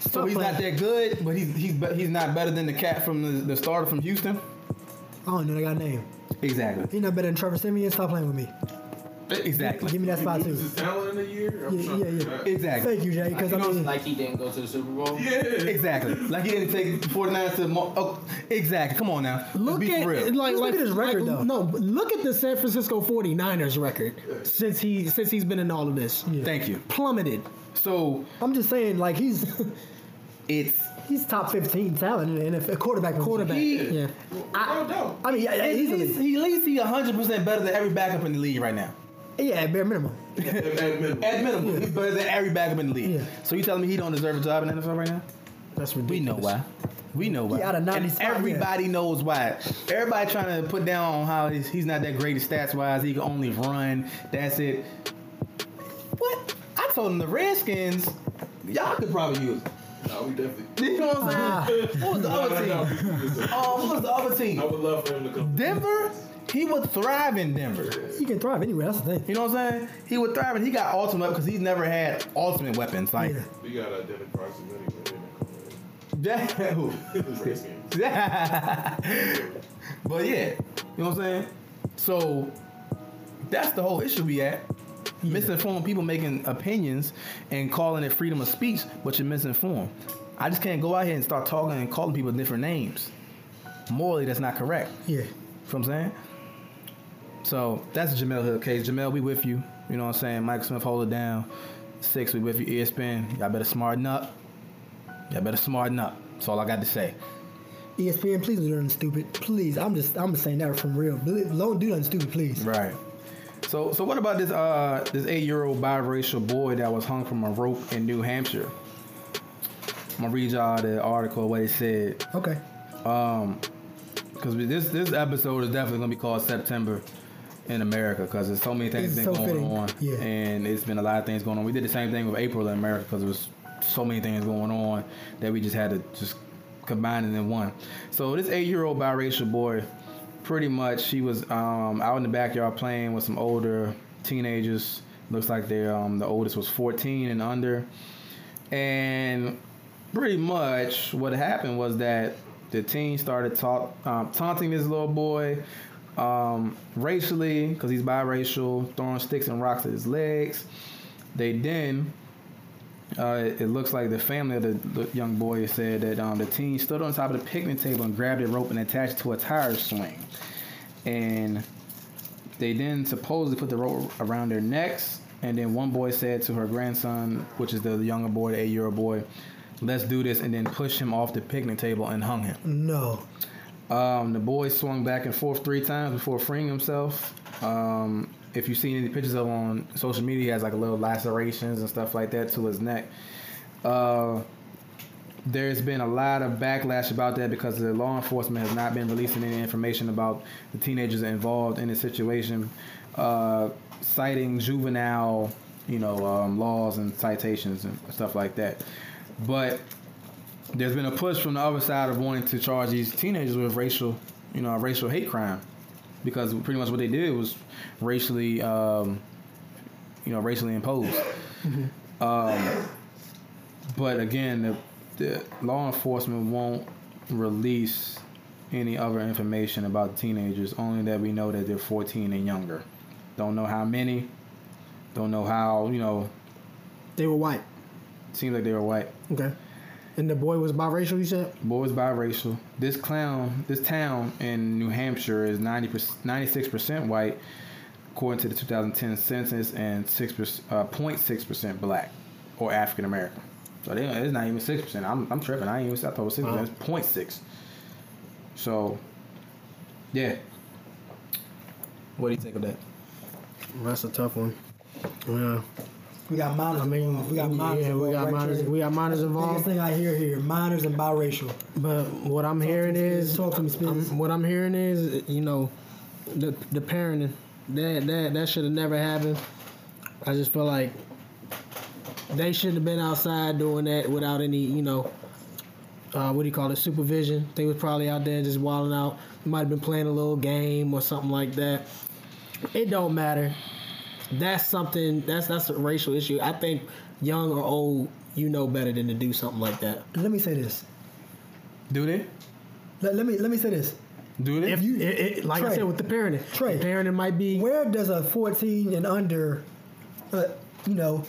Speaker 1: so he's not that good, but he's he's be- he's not better than the cat from the, the starter from Houston.
Speaker 2: I don't know. They got a name.
Speaker 1: Exactly.
Speaker 2: He not better than Trevor Simeon. Stop playing with me.
Speaker 1: Exactly.
Speaker 2: Give me that spot too.
Speaker 4: His talent in a year. I'm
Speaker 2: Yeah,
Speaker 4: trying
Speaker 2: yeah,
Speaker 4: to
Speaker 2: yeah.
Speaker 4: do that.
Speaker 1: Exactly.
Speaker 2: Thank you, Jay. Because I
Speaker 5: You know,
Speaker 2: mean,
Speaker 5: like he didn't go to the Super Bowl.
Speaker 1: Exactly. Like he didn't take 49 to. Mo- oh, exactly. Come on now. Let's
Speaker 3: Look
Speaker 1: be
Speaker 3: at
Speaker 1: for real.
Speaker 3: like
Speaker 2: Let's
Speaker 3: like
Speaker 2: look at his record,
Speaker 3: like,
Speaker 2: though.
Speaker 3: No, but look at the San Francisco 49ers record since he since he's been in all of this.
Speaker 1: Thank you.
Speaker 3: Plummeted.
Speaker 1: So
Speaker 2: I'm just saying, like he's
Speaker 1: it's
Speaker 2: he's top 15 talent in the NFL quarterback. position.
Speaker 3: Quarterback.
Speaker 1: He-
Speaker 3: yeah.
Speaker 4: Well, no.
Speaker 2: I mean, yeah, yeah,
Speaker 1: at
Speaker 2: easily.
Speaker 1: least, he at least he 100 percent better than every backup in the league right now.
Speaker 2: yeah, bare minimum.
Speaker 4: At at minimum.
Speaker 1: At minimum, he's better than every backup in the league.
Speaker 2: Yeah.
Speaker 1: So you telling me he don't deserve a job in the NFL right now?
Speaker 3: That's
Speaker 1: We
Speaker 3: ridiculous.
Speaker 1: know why. We know why.
Speaker 2: He out of 90
Speaker 1: and
Speaker 2: spot, yeah.
Speaker 1: everybody knows why. Everybody trying to put down on how he's, he's not that great stats wise. He can only run. That's it. What? I told him the Redskins, y'all could probably use. him.
Speaker 4: No, we definitely.
Speaker 1: You know what I'm saying?
Speaker 4: Ah.
Speaker 1: what was the other
Speaker 4: No,
Speaker 1: team?
Speaker 4: no, we-
Speaker 1: Um, what was the other
Speaker 4: I
Speaker 1: team?
Speaker 4: would love for him to come.
Speaker 1: Denver. He would thrive in Denver.
Speaker 2: He can thrive anywhere. That's the thing.
Speaker 1: You know what I'm saying? He would thrive, and he got ultimate because he's never had ultimate weapons like
Speaker 2: Yeah.
Speaker 4: We got identical prices anyway. They didn't come in.
Speaker 1: <laughs> that.
Speaker 4: Redskins.
Speaker 1: but yeah, you know what I'm saying? So that's the whole issue we at. Misinformed people making opinions and calling it freedom of speech, but you're misinformed. I just can't go out here and start talking and calling people different names. Morally, that's not correct.
Speaker 2: Yeah.
Speaker 1: You know what I'm saying? So that's the Jamel Hill case. Jamel, we with you. You know what I'm saying? Mike Smith, hold it down. Six, we with you. E ESPN, y'all better smarten up. Y'all better smarten up. That's all I got to say.
Speaker 2: ESPN, please do nothing stupid. Please, I'm just I'm just saying that from real. Don't do nothing stupid, please.
Speaker 1: Right. So, so what about this uh this eight year old biracial boy that was hung from a rope in New Hampshire? I'm gonna read y'all the article what it said
Speaker 2: Okay.
Speaker 1: because Um, this this episode is definitely gonna be called September in America because there's so many things
Speaker 2: It's
Speaker 1: been
Speaker 2: so
Speaker 1: going
Speaker 2: fitting.
Speaker 1: on,
Speaker 2: Yeah.
Speaker 1: and it's been a lot of things going on. We did the same thing with April in America because there was so many things going on that we just had to just combine it in one. So this eight-year-old biracial boy, pretty much, she was um, out in the backyard playing with some older teenagers. Looks like they um, the oldest was 14 and under, and pretty much what happened was that the teen started ta- um, taunting this little boy um, racially because he's biracial, throwing sticks and rocks at his legs. They then, uh, it looks like the family of the, the young boy said that um, the teen stood on top of the picnic table and grabbed a rope and attached it to a tire swing. And they then supposedly put the rope around their necks. And then one boy said to her grandson, which is the younger boy, the eight year old boy, let's do this, and then pushed him off the picnic table and hung him.
Speaker 2: No.
Speaker 1: Um, the boy swung back and forth three times before freeing himself. Um, if you've seen any pictures of him on social media, he has like little lacerations and stuff like that to his neck. Uh, there's been a lot of backlash about that because the law enforcement has not been releasing any information about the teenagers involved in the situation, uh, citing juvenile, you know, um, laws and citations and stuff like that. But there's been a push from the other side of wanting to charge these teenagers with racial, you know, racial hate crime, because pretty much what they did was racially, um, you know, racially imposed. um, but again, the, the law enforcement won't release any other information about teenagers, only that we know that they're 14 and younger. Don't know how many. Don't know how. You know,
Speaker 3: They were white.
Speaker 1: seems like they were white.
Speaker 3: Okay. And the boy was biracial, you said?
Speaker 1: Boys biracial. This clown, this town in New Hampshire is 90 96% white, according to the 2010 census, and 6%, uh, 0.6% black or African American. So they, it's not even 6%. I'm, I'm tripping. I ain't even, I thought it was 6%.
Speaker 3: Wow.
Speaker 1: It's 0.6. So, yeah. What do you think of that?
Speaker 3: Well, that's a tough one. Yeah.
Speaker 2: We got minors.
Speaker 3: I mean,
Speaker 2: we got minors.
Speaker 3: yeah, we
Speaker 2: involved
Speaker 3: got
Speaker 2: right
Speaker 3: minors.
Speaker 2: there.
Speaker 3: We got minors
Speaker 2: Biggest <laughs>
Speaker 3: involved.
Speaker 2: thing I hear here: minors and biracial.
Speaker 3: But what I'm hearing is,
Speaker 2: Talk to me, Spence.
Speaker 3: I'm- what I'm hearing is, you know, the the parenting that that that should have never happened. I just feel like they should have been outside doing that without any, you know, uh, what do you call it, supervision. They was probably out there just wilding out. Might have been playing a little game or something like that. It don't matter. That's something. That's that's a racial issue. I think young or old, you know better than to do something like that.
Speaker 2: Let me say this.
Speaker 1: Do they?
Speaker 2: Let, let me let me say this.
Speaker 1: Do they?
Speaker 3: If you, it, it, like I
Speaker 2: Trey.
Speaker 3: said, with the parenting,
Speaker 2: Trey.
Speaker 3: the parenting might be
Speaker 2: Where does a 14 and under, uh, you know,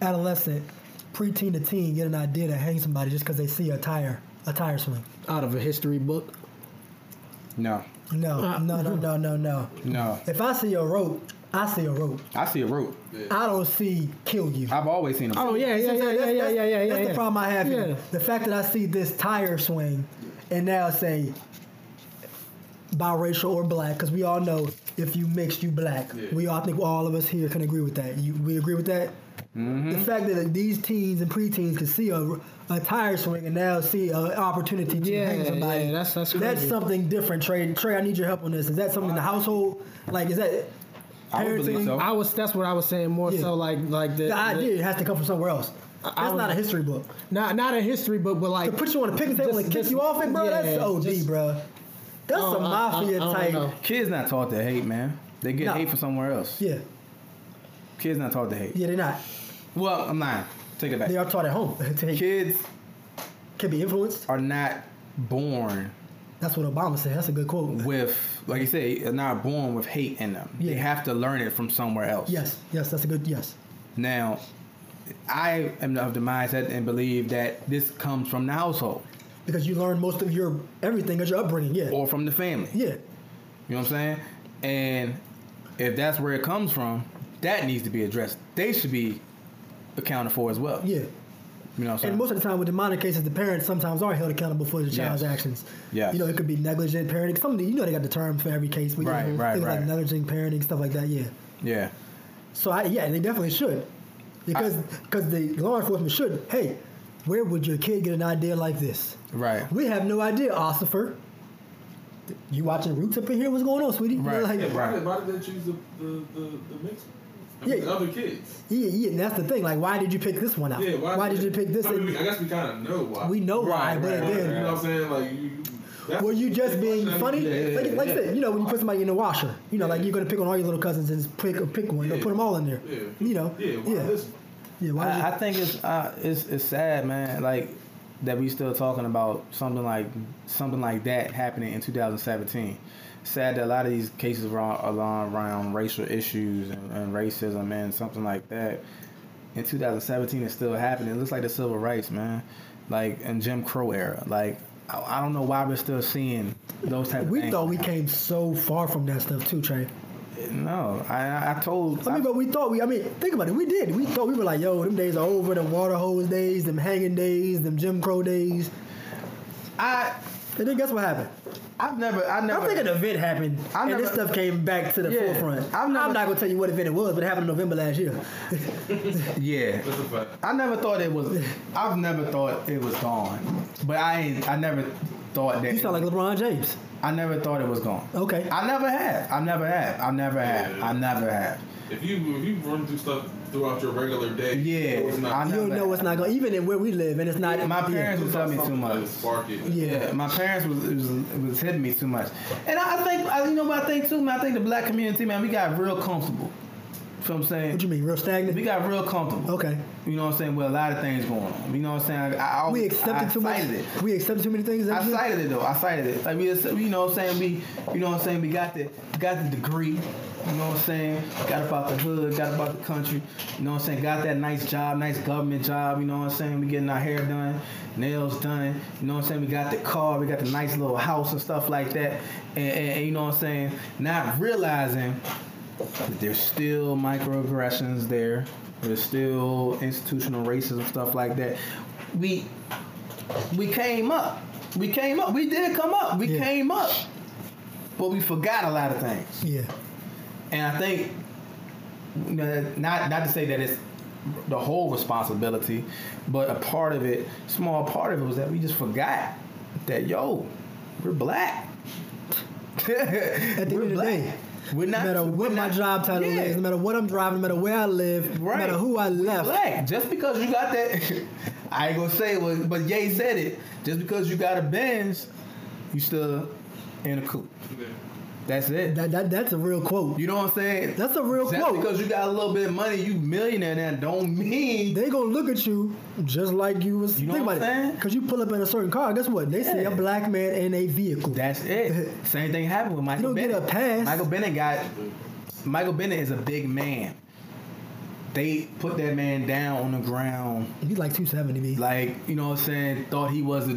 Speaker 2: adolescent, preteen to teen get an idea to hang somebody just because they see a tire, a tire swing?
Speaker 3: out of a history book.
Speaker 1: no,
Speaker 2: No,
Speaker 3: Uh,
Speaker 2: no, no, no, no, no.
Speaker 1: no.
Speaker 2: If I see a rope, I see a rope.
Speaker 1: I see a rope.
Speaker 2: I don't see kill you.
Speaker 1: I've always seen a rope.
Speaker 3: Oh yeah, yeah, yeah, yeah,
Speaker 2: That's-
Speaker 3: yeah,
Speaker 2: that's-
Speaker 3: yeah, yeah.
Speaker 2: That's
Speaker 3: yeah.
Speaker 2: the problem I have
Speaker 3: Yeah.
Speaker 2: here. The fact that I see this tire swing and now say biracial or black, because we all know if you mix, you black. We all I think all of us here can agree with that. You, we agree with that? The fact that these teens and preteens can see a, a tire swing and now see an opportunity to
Speaker 3: Yeah,
Speaker 2: hang somebody.
Speaker 3: yeah, that's- that's
Speaker 2: that's
Speaker 3: crazy.
Speaker 2: something different, Trey. Trey, I need your help on this. Is that something in the household? Like, is that
Speaker 1: I would believe
Speaker 2: parenting?
Speaker 1: so.
Speaker 3: I was that's what I was saying more
Speaker 2: Yeah.
Speaker 3: so like like the,
Speaker 2: the idea has to come from somewhere else? That's
Speaker 3: I would-
Speaker 2: not a history book.
Speaker 3: not not a history book, but like
Speaker 2: To put you on a picnic table
Speaker 3: Just-
Speaker 2: and kick
Speaker 3: just-
Speaker 2: you off it, bro.
Speaker 3: yeah,
Speaker 2: that's OD,
Speaker 3: just-
Speaker 2: bro. That's
Speaker 3: Oh,
Speaker 2: a
Speaker 3: I- I-
Speaker 2: mafia
Speaker 3: I don't
Speaker 2: type.
Speaker 3: know.
Speaker 1: Kids not taught to hate, man. They get
Speaker 2: No.
Speaker 1: hate from somewhere else.
Speaker 2: Yeah,
Speaker 1: Kids not taught to hate.
Speaker 2: yeah, they're not.
Speaker 1: Well, I'm lying. Take it back.
Speaker 2: They are taught at home. <laughs> They
Speaker 1: Kids
Speaker 2: can be influenced.
Speaker 1: are not born
Speaker 2: That's what Obama said. That's a good quote.
Speaker 1: with, like you say, are not born with hate in them. They
Speaker 2: Yeah.
Speaker 1: have to learn it from somewhere else.
Speaker 2: Yes, yes, that's a good yes.
Speaker 1: Now, I am of the mindset and believe that this comes from the household
Speaker 2: Because you learn most of your everything at your upbringing. Yeah,
Speaker 1: or from the family.
Speaker 2: yeah.
Speaker 1: You know what I'm saying? And if that's where it comes from, that needs to be addressed. They should be accounted for as well.
Speaker 2: Yeah,
Speaker 1: You know what I'm saying?
Speaker 2: and most of the time with demonic cases, the parents sometimes are held accountable for the child's
Speaker 1: Yes.
Speaker 2: actions.
Speaker 1: Yes.
Speaker 2: you know it could be negligent parenting. Some of the, you know they got the term for every case. We
Speaker 1: Right,
Speaker 2: things
Speaker 1: right,
Speaker 2: like
Speaker 1: right.
Speaker 2: negligent parenting stuff like that. Yeah,
Speaker 1: yeah.
Speaker 2: So I, yeah, they definitely should, because because the law enforcement should. Hey, where would your kid get an idea like this?
Speaker 1: Right.
Speaker 2: We have no idea, Ossifer. You watching Roots up in here? What's going on, sweetie? You know,
Speaker 1: Right.
Speaker 2: like-
Speaker 4: Yeah,
Speaker 2: yeah,
Speaker 4: why, did, why did they choose the the the, the mix? I mean,
Speaker 2: Yeah.
Speaker 4: the other kids.
Speaker 2: yeah, and that's the thing. Like, why did you pick this one out?
Speaker 4: Yeah, why,
Speaker 2: did you pick this?
Speaker 4: I, mean, we- I
Speaker 2: And
Speaker 4: guess we kind of know why.
Speaker 2: we know why,
Speaker 1: Right,
Speaker 2: but
Speaker 1: right,
Speaker 4: you
Speaker 2: then
Speaker 4: know what I'm saying? Like you. you that's-
Speaker 2: were you just being
Speaker 4: Yeah,
Speaker 2: funny?
Speaker 4: yeah, yeah,
Speaker 2: like, like I
Speaker 4: yeah.
Speaker 2: said, you know, when you put somebody in the washer, you know, like you're gonna pick on all your little cousins and just pick pick one, or
Speaker 4: Yeah.
Speaker 2: put them all in there.
Speaker 4: Yeah.
Speaker 2: You know,
Speaker 4: Yeah, why
Speaker 2: yeah,
Speaker 4: this one?
Speaker 2: yeah. Why did you-
Speaker 1: I, I think it's, uh, it's it's sad, man. Like that we still talking about something like something like that happening in 2017. Sad that a lot of these cases were all around, around racial issues and, and racism and something like that. In 2017, it's still happening. It looks like the civil rights, man. Like in Jim Crow era. Like I, I don't know why we're still seeing those type of
Speaker 2: we
Speaker 1: things.
Speaker 2: thought we came so far from that stuff too, Trey.
Speaker 1: No, I- I I told
Speaker 2: I mean, but we thought we. I mean, think about it. We did. We thought we were like, yo, them days are over. Them water hose days, them hanging days, them Jim Crow days.
Speaker 1: I
Speaker 2: And then guess what happened?
Speaker 1: I've never I never
Speaker 2: I think an event happened,
Speaker 1: I
Speaker 2: and this
Speaker 1: never-
Speaker 2: stuff came back to the
Speaker 1: Yeah.
Speaker 2: forefront.
Speaker 1: I've
Speaker 2: I'm
Speaker 1: never-
Speaker 2: not, gonna tell you what event it was, but it happened in November last year.
Speaker 1: yeah.
Speaker 4: That's a fact.
Speaker 1: I never thought it was. I've never thought it was gone. But I ain't. I never thought that.
Speaker 2: You sound like LeBron James.
Speaker 1: I never thought it was gone.
Speaker 2: Okay.
Speaker 1: I never have. I never have. I never have. I never have.
Speaker 4: If you if you run through stuff throughout your regular day,
Speaker 1: Yeah,
Speaker 4: it's not,
Speaker 1: I
Speaker 2: you
Speaker 1: know
Speaker 2: don't know
Speaker 1: that.
Speaker 2: what's not going. Even in where we live, and it's not.
Speaker 1: My
Speaker 2: yeah.
Speaker 1: parents would
Speaker 4: it's
Speaker 1: tell
Speaker 4: not
Speaker 1: me too
Speaker 4: something that
Speaker 1: much.
Speaker 4: would spark it.
Speaker 2: Yeah.
Speaker 1: Yeah, my parents was it was, it was hitting me too much, and I, I think I, you know what I think too, man. I think the black community, man, we got real comfortable. You know what I'm
Speaker 2: What
Speaker 1: saying?
Speaker 2: you mean, real
Speaker 1: We
Speaker 2: stagnant?
Speaker 1: got real comfortable.
Speaker 2: Okay.
Speaker 1: You know what I'm saying? With a lot of things going on. You know what I'm saying? I, I always,
Speaker 2: We accepted
Speaker 1: I
Speaker 2: too much.
Speaker 1: cited It.
Speaker 2: We accepted too many things.
Speaker 1: I
Speaker 2: that year?
Speaker 1: cited it though. I cited it. Like we, just, you know, what I'm saying we, you know, what I'm saying we got the, got the degree. You know what I'm saying? Got about the hood. Got about the country. You know what I'm saying? Got that nice job, nice government job. You know what I'm saying? We getting our hair done, nails done. You know what I'm saying? We got the car. We got the nice little house and stuff like that. And, and, and you know what I'm saying? Not realizing that there's still microaggressions there. There's still institutional racism stuff like that. We we came up. We came up. We did come up. We
Speaker 2: Yeah.
Speaker 1: came up. But we forgot a lot of things.
Speaker 2: Yeah.
Speaker 1: And I think you know, not not to say that it's the whole responsibility, but a part of it, small part of it was that we just forgot that yo, we're black. <laughs> At
Speaker 2: At the end of the day,
Speaker 1: we're
Speaker 2: No
Speaker 1: not
Speaker 2: matter
Speaker 1: we're
Speaker 2: what my
Speaker 1: not-
Speaker 2: job title
Speaker 1: Yeah.
Speaker 2: is, no matter what I'm driving, no matter where I live,
Speaker 1: Right.
Speaker 2: no matter who I left,
Speaker 1: black. Just because you got that, <laughs> I ain't gonna say it, was- but Ye said it. Just because you got a Benz, you still in a coupe.
Speaker 4: Yeah.
Speaker 1: That's it.
Speaker 2: That, that that's a real quote.
Speaker 1: You know what I'm saying?
Speaker 2: That's a real
Speaker 1: Just
Speaker 2: quote.
Speaker 1: Because you got a little bit of money, you millionaire now. Don't mean
Speaker 2: they gonna look at you just like you was.
Speaker 1: You know
Speaker 2: think
Speaker 1: what I'm
Speaker 2: about
Speaker 1: saying?
Speaker 2: it, cause you pull up in a certain car. Guess what? They see
Speaker 1: Yeah.
Speaker 2: a black man in a vehicle.
Speaker 1: that's
Speaker 2: <laughs>
Speaker 1: it. Same thing happened with Michael.
Speaker 2: don't get
Speaker 1: Bennett.
Speaker 2: a pass.
Speaker 1: Michael Bennett got. Michael Bennett is a big man. They put that man down on the ground,
Speaker 2: He's like 270. Me.
Speaker 1: like you know what I'm saying. Thought he was a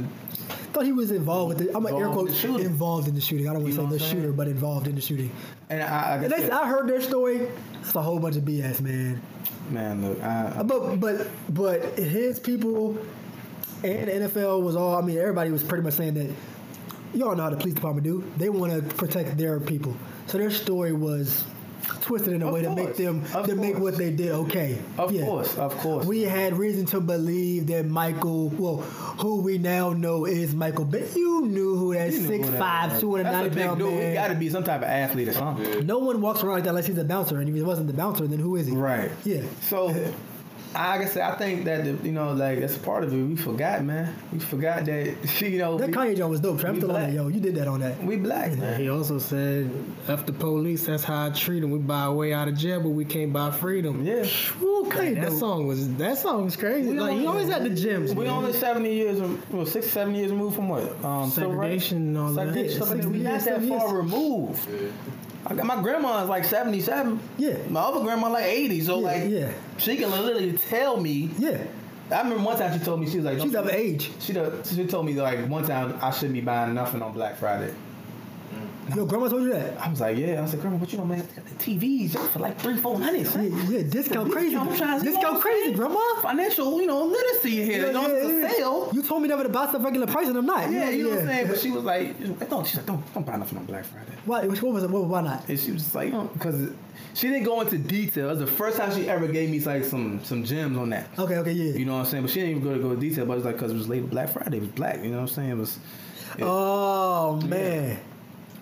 Speaker 2: thought he was involved with the. I'm gonna air
Speaker 1: Involved in the
Speaker 2: quote
Speaker 1: shooting.
Speaker 2: involved in the shooting. I don't want
Speaker 1: You
Speaker 2: to
Speaker 1: know
Speaker 2: say the
Speaker 1: what I'm saying?
Speaker 2: shooter, but involved in the shooting.
Speaker 1: and I, I,
Speaker 2: And that's, I heard their story. It's a whole bunch of BS, man.
Speaker 1: man, look, I,
Speaker 2: But but but his people and the NFL was all. I mean, everybody was pretty much saying that. Y'all know how the police department do. They want to protect their people. So their story was twisted in a
Speaker 1: Of
Speaker 2: way to
Speaker 1: course.
Speaker 2: make them
Speaker 1: Of
Speaker 2: to make what
Speaker 1: course.
Speaker 2: they did okay.
Speaker 1: of
Speaker 2: Yeah.
Speaker 1: course, of course.
Speaker 2: We had reason to believe that Michael, well, who we now know is Michael, but you knew who that
Speaker 1: You knew who
Speaker 2: six
Speaker 1: that
Speaker 2: five,
Speaker 1: was.
Speaker 2: two hundred
Speaker 1: That's a
Speaker 2: ninety
Speaker 1: big
Speaker 2: pound
Speaker 1: dude. He got
Speaker 2: man.
Speaker 1: to be some type of athlete or something.
Speaker 2: <laughs> No one walks around like that unless he's a bouncer, and if he wasn't the bouncer, then who is he?
Speaker 1: Right.
Speaker 2: Yeah.
Speaker 1: So, I guess I think that the, you know, like that's part of it. We forgot, man. We forgot that <laughs> you know
Speaker 2: That
Speaker 1: we,
Speaker 2: Kanye John was dope. Trey. I'm
Speaker 1: we
Speaker 2: still on
Speaker 1: black.
Speaker 2: that, yo. You did that on that.
Speaker 1: we black, man.
Speaker 3: He also said, "F the police. That's how I treat them. We buy a way out of jail, but we can't buy freedom."
Speaker 1: Yeah.
Speaker 2: Woo, Kanye
Speaker 3: That
Speaker 2: dope.
Speaker 3: song was that song was crazy.
Speaker 1: We
Speaker 3: like he
Speaker 1: don't-
Speaker 3: always at the gyms.
Speaker 1: We
Speaker 3: man.
Speaker 1: only seventy years, rem- well, six, seven years removed from what? Um, civil rights?
Speaker 3: Segregation and all that.
Speaker 1: Segregation,
Speaker 3: Yeah,
Speaker 1: stuff like that. We
Speaker 3: 60
Speaker 1: not
Speaker 3: years,
Speaker 1: that
Speaker 3: 70
Speaker 1: far
Speaker 3: years.
Speaker 1: removed.
Speaker 4: Yeah.
Speaker 1: I got my grandma's like seventy-seven.
Speaker 2: Yeah.
Speaker 1: My other grandma like eighty. So
Speaker 2: Yeah,
Speaker 1: like,
Speaker 2: yeah.
Speaker 1: she can literally tell me.
Speaker 2: Yeah.
Speaker 1: I remember one time she told me she was like,
Speaker 2: She's
Speaker 1: "Don't
Speaker 2: of
Speaker 1: you-
Speaker 2: age.
Speaker 1: She done, she told me like one time I shouldn't be buying nothing on Black Friday.
Speaker 2: Yo, grandma told you that.
Speaker 1: I was like, yeah. I was like, grandma, what you don't make TVs just for like three, four hundred.
Speaker 2: Yeah,
Speaker 1: son."
Speaker 2: yeah, discount
Speaker 1: Discount,
Speaker 2: crazy.
Speaker 1: I'm trying to- you know what
Speaker 2: Discount
Speaker 1: I'm
Speaker 2: crazy,
Speaker 1: saying?
Speaker 2: grandma.
Speaker 1: Financial, you know, literacy here. you know, it's a sale.
Speaker 2: You told me never to buy stuff regular price, and I'm not.
Speaker 1: Yeah, you know what I'm saying. But she was like, I thought she said, don't don't buy nothing on Black Friday.
Speaker 2: Why? Which one was it? Why- Why not?
Speaker 1: And she was just like, because she didn't go into detail. It was the first time she ever gave me like some some gems on that.
Speaker 2: Okay, okay, yeah.
Speaker 1: You know what I'm saying? But she didn't even go to go into detail. But it was like, because it was late Black Friday. It was black. You know what I'm saying? It was.
Speaker 2: Oh man.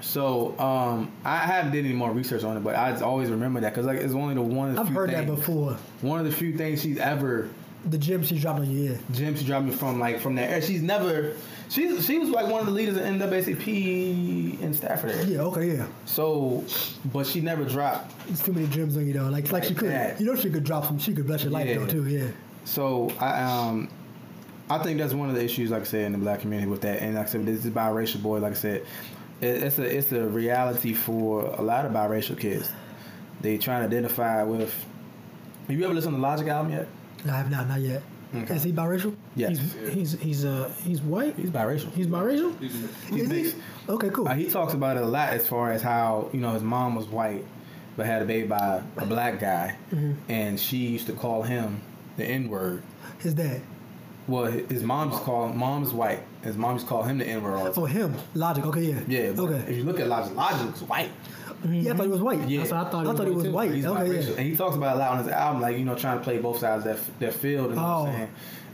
Speaker 1: So um, I haven't did any more research on it, but I always remember that because like it's only the one. Of the
Speaker 2: I've
Speaker 1: few
Speaker 2: heard that
Speaker 1: things-
Speaker 2: before.
Speaker 1: One of the few things she's ever
Speaker 2: The gym she's dropping, yeah.
Speaker 1: Jim, she dropped me from like from that era. She's never she's she was like one of the leaders of NAACP in Stafford. area.
Speaker 2: Yeah, okay, yeah.
Speaker 1: So, but she never dropped.
Speaker 2: It's too many gyms on you though. Like like she
Speaker 1: Like
Speaker 2: could
Speaker 1: that.
Speaker 2: you know she could drop some she could bless your life
Speaker 1: Yeah.
Speaker 2: though too, yeah.
Speaker 1: So I um I think that's one of the issues, like I said, in the black community with that. And like I said, this is biracial boy. Like I said, it, it's a it's a reality for a lot of biracial kids. They trying to identify with. Have you ever listened to Logic album yet?
Speaker 2: No, I have not, not yet.
Speaker 1: Okay.
Speaker 2: Is he biracial?
Speaker 1: Yes, he's,
Speaker 3: He's he's he's uh he's white.
Speaker 1: biracial.
Speaker 3: He's biracial.
Speaker 4: He's-
Speaker 1: He's
Speaker 2: Is
Speaker 1: mixed.
Speaker 2: he? Okay, cool.
Speaker 1: Uh, he talks about it a lot as far as how you know his mom was white, but had a baby by a black guy,
Speaker 2: Mm-hmm.
Speaker 1: and she used to call him the N word.
Speaker 2: His dad.
Speaker 1: Well, hi- his mom used to call mom's white. His mom used to call him the N word all the time.
Speaker 2: Oh him. Logic, okay, yeah.
Speaker 1: Yeah. but If
Speaker 2: Okay.
Speaker 1: you look at Logic, Logic's white.
Speaker 2: Yeah, I thought he was white.
Speaker 1: Yeah.
Speaker 3: That's what I thought.
Speaker 2: I thought he was
Speaker 3: too.
Speaker 2: white.
Speaker 1: He's
Speaker 2: okay,
Speaker 1: biracial.
Speaker 2: yeah.
Speaker 1: And he talks about it a lot on his album, like, you know, trying to play both sides of that, that field, you know what
Speaker 2: Oh.
Speaker 1: I'm saying?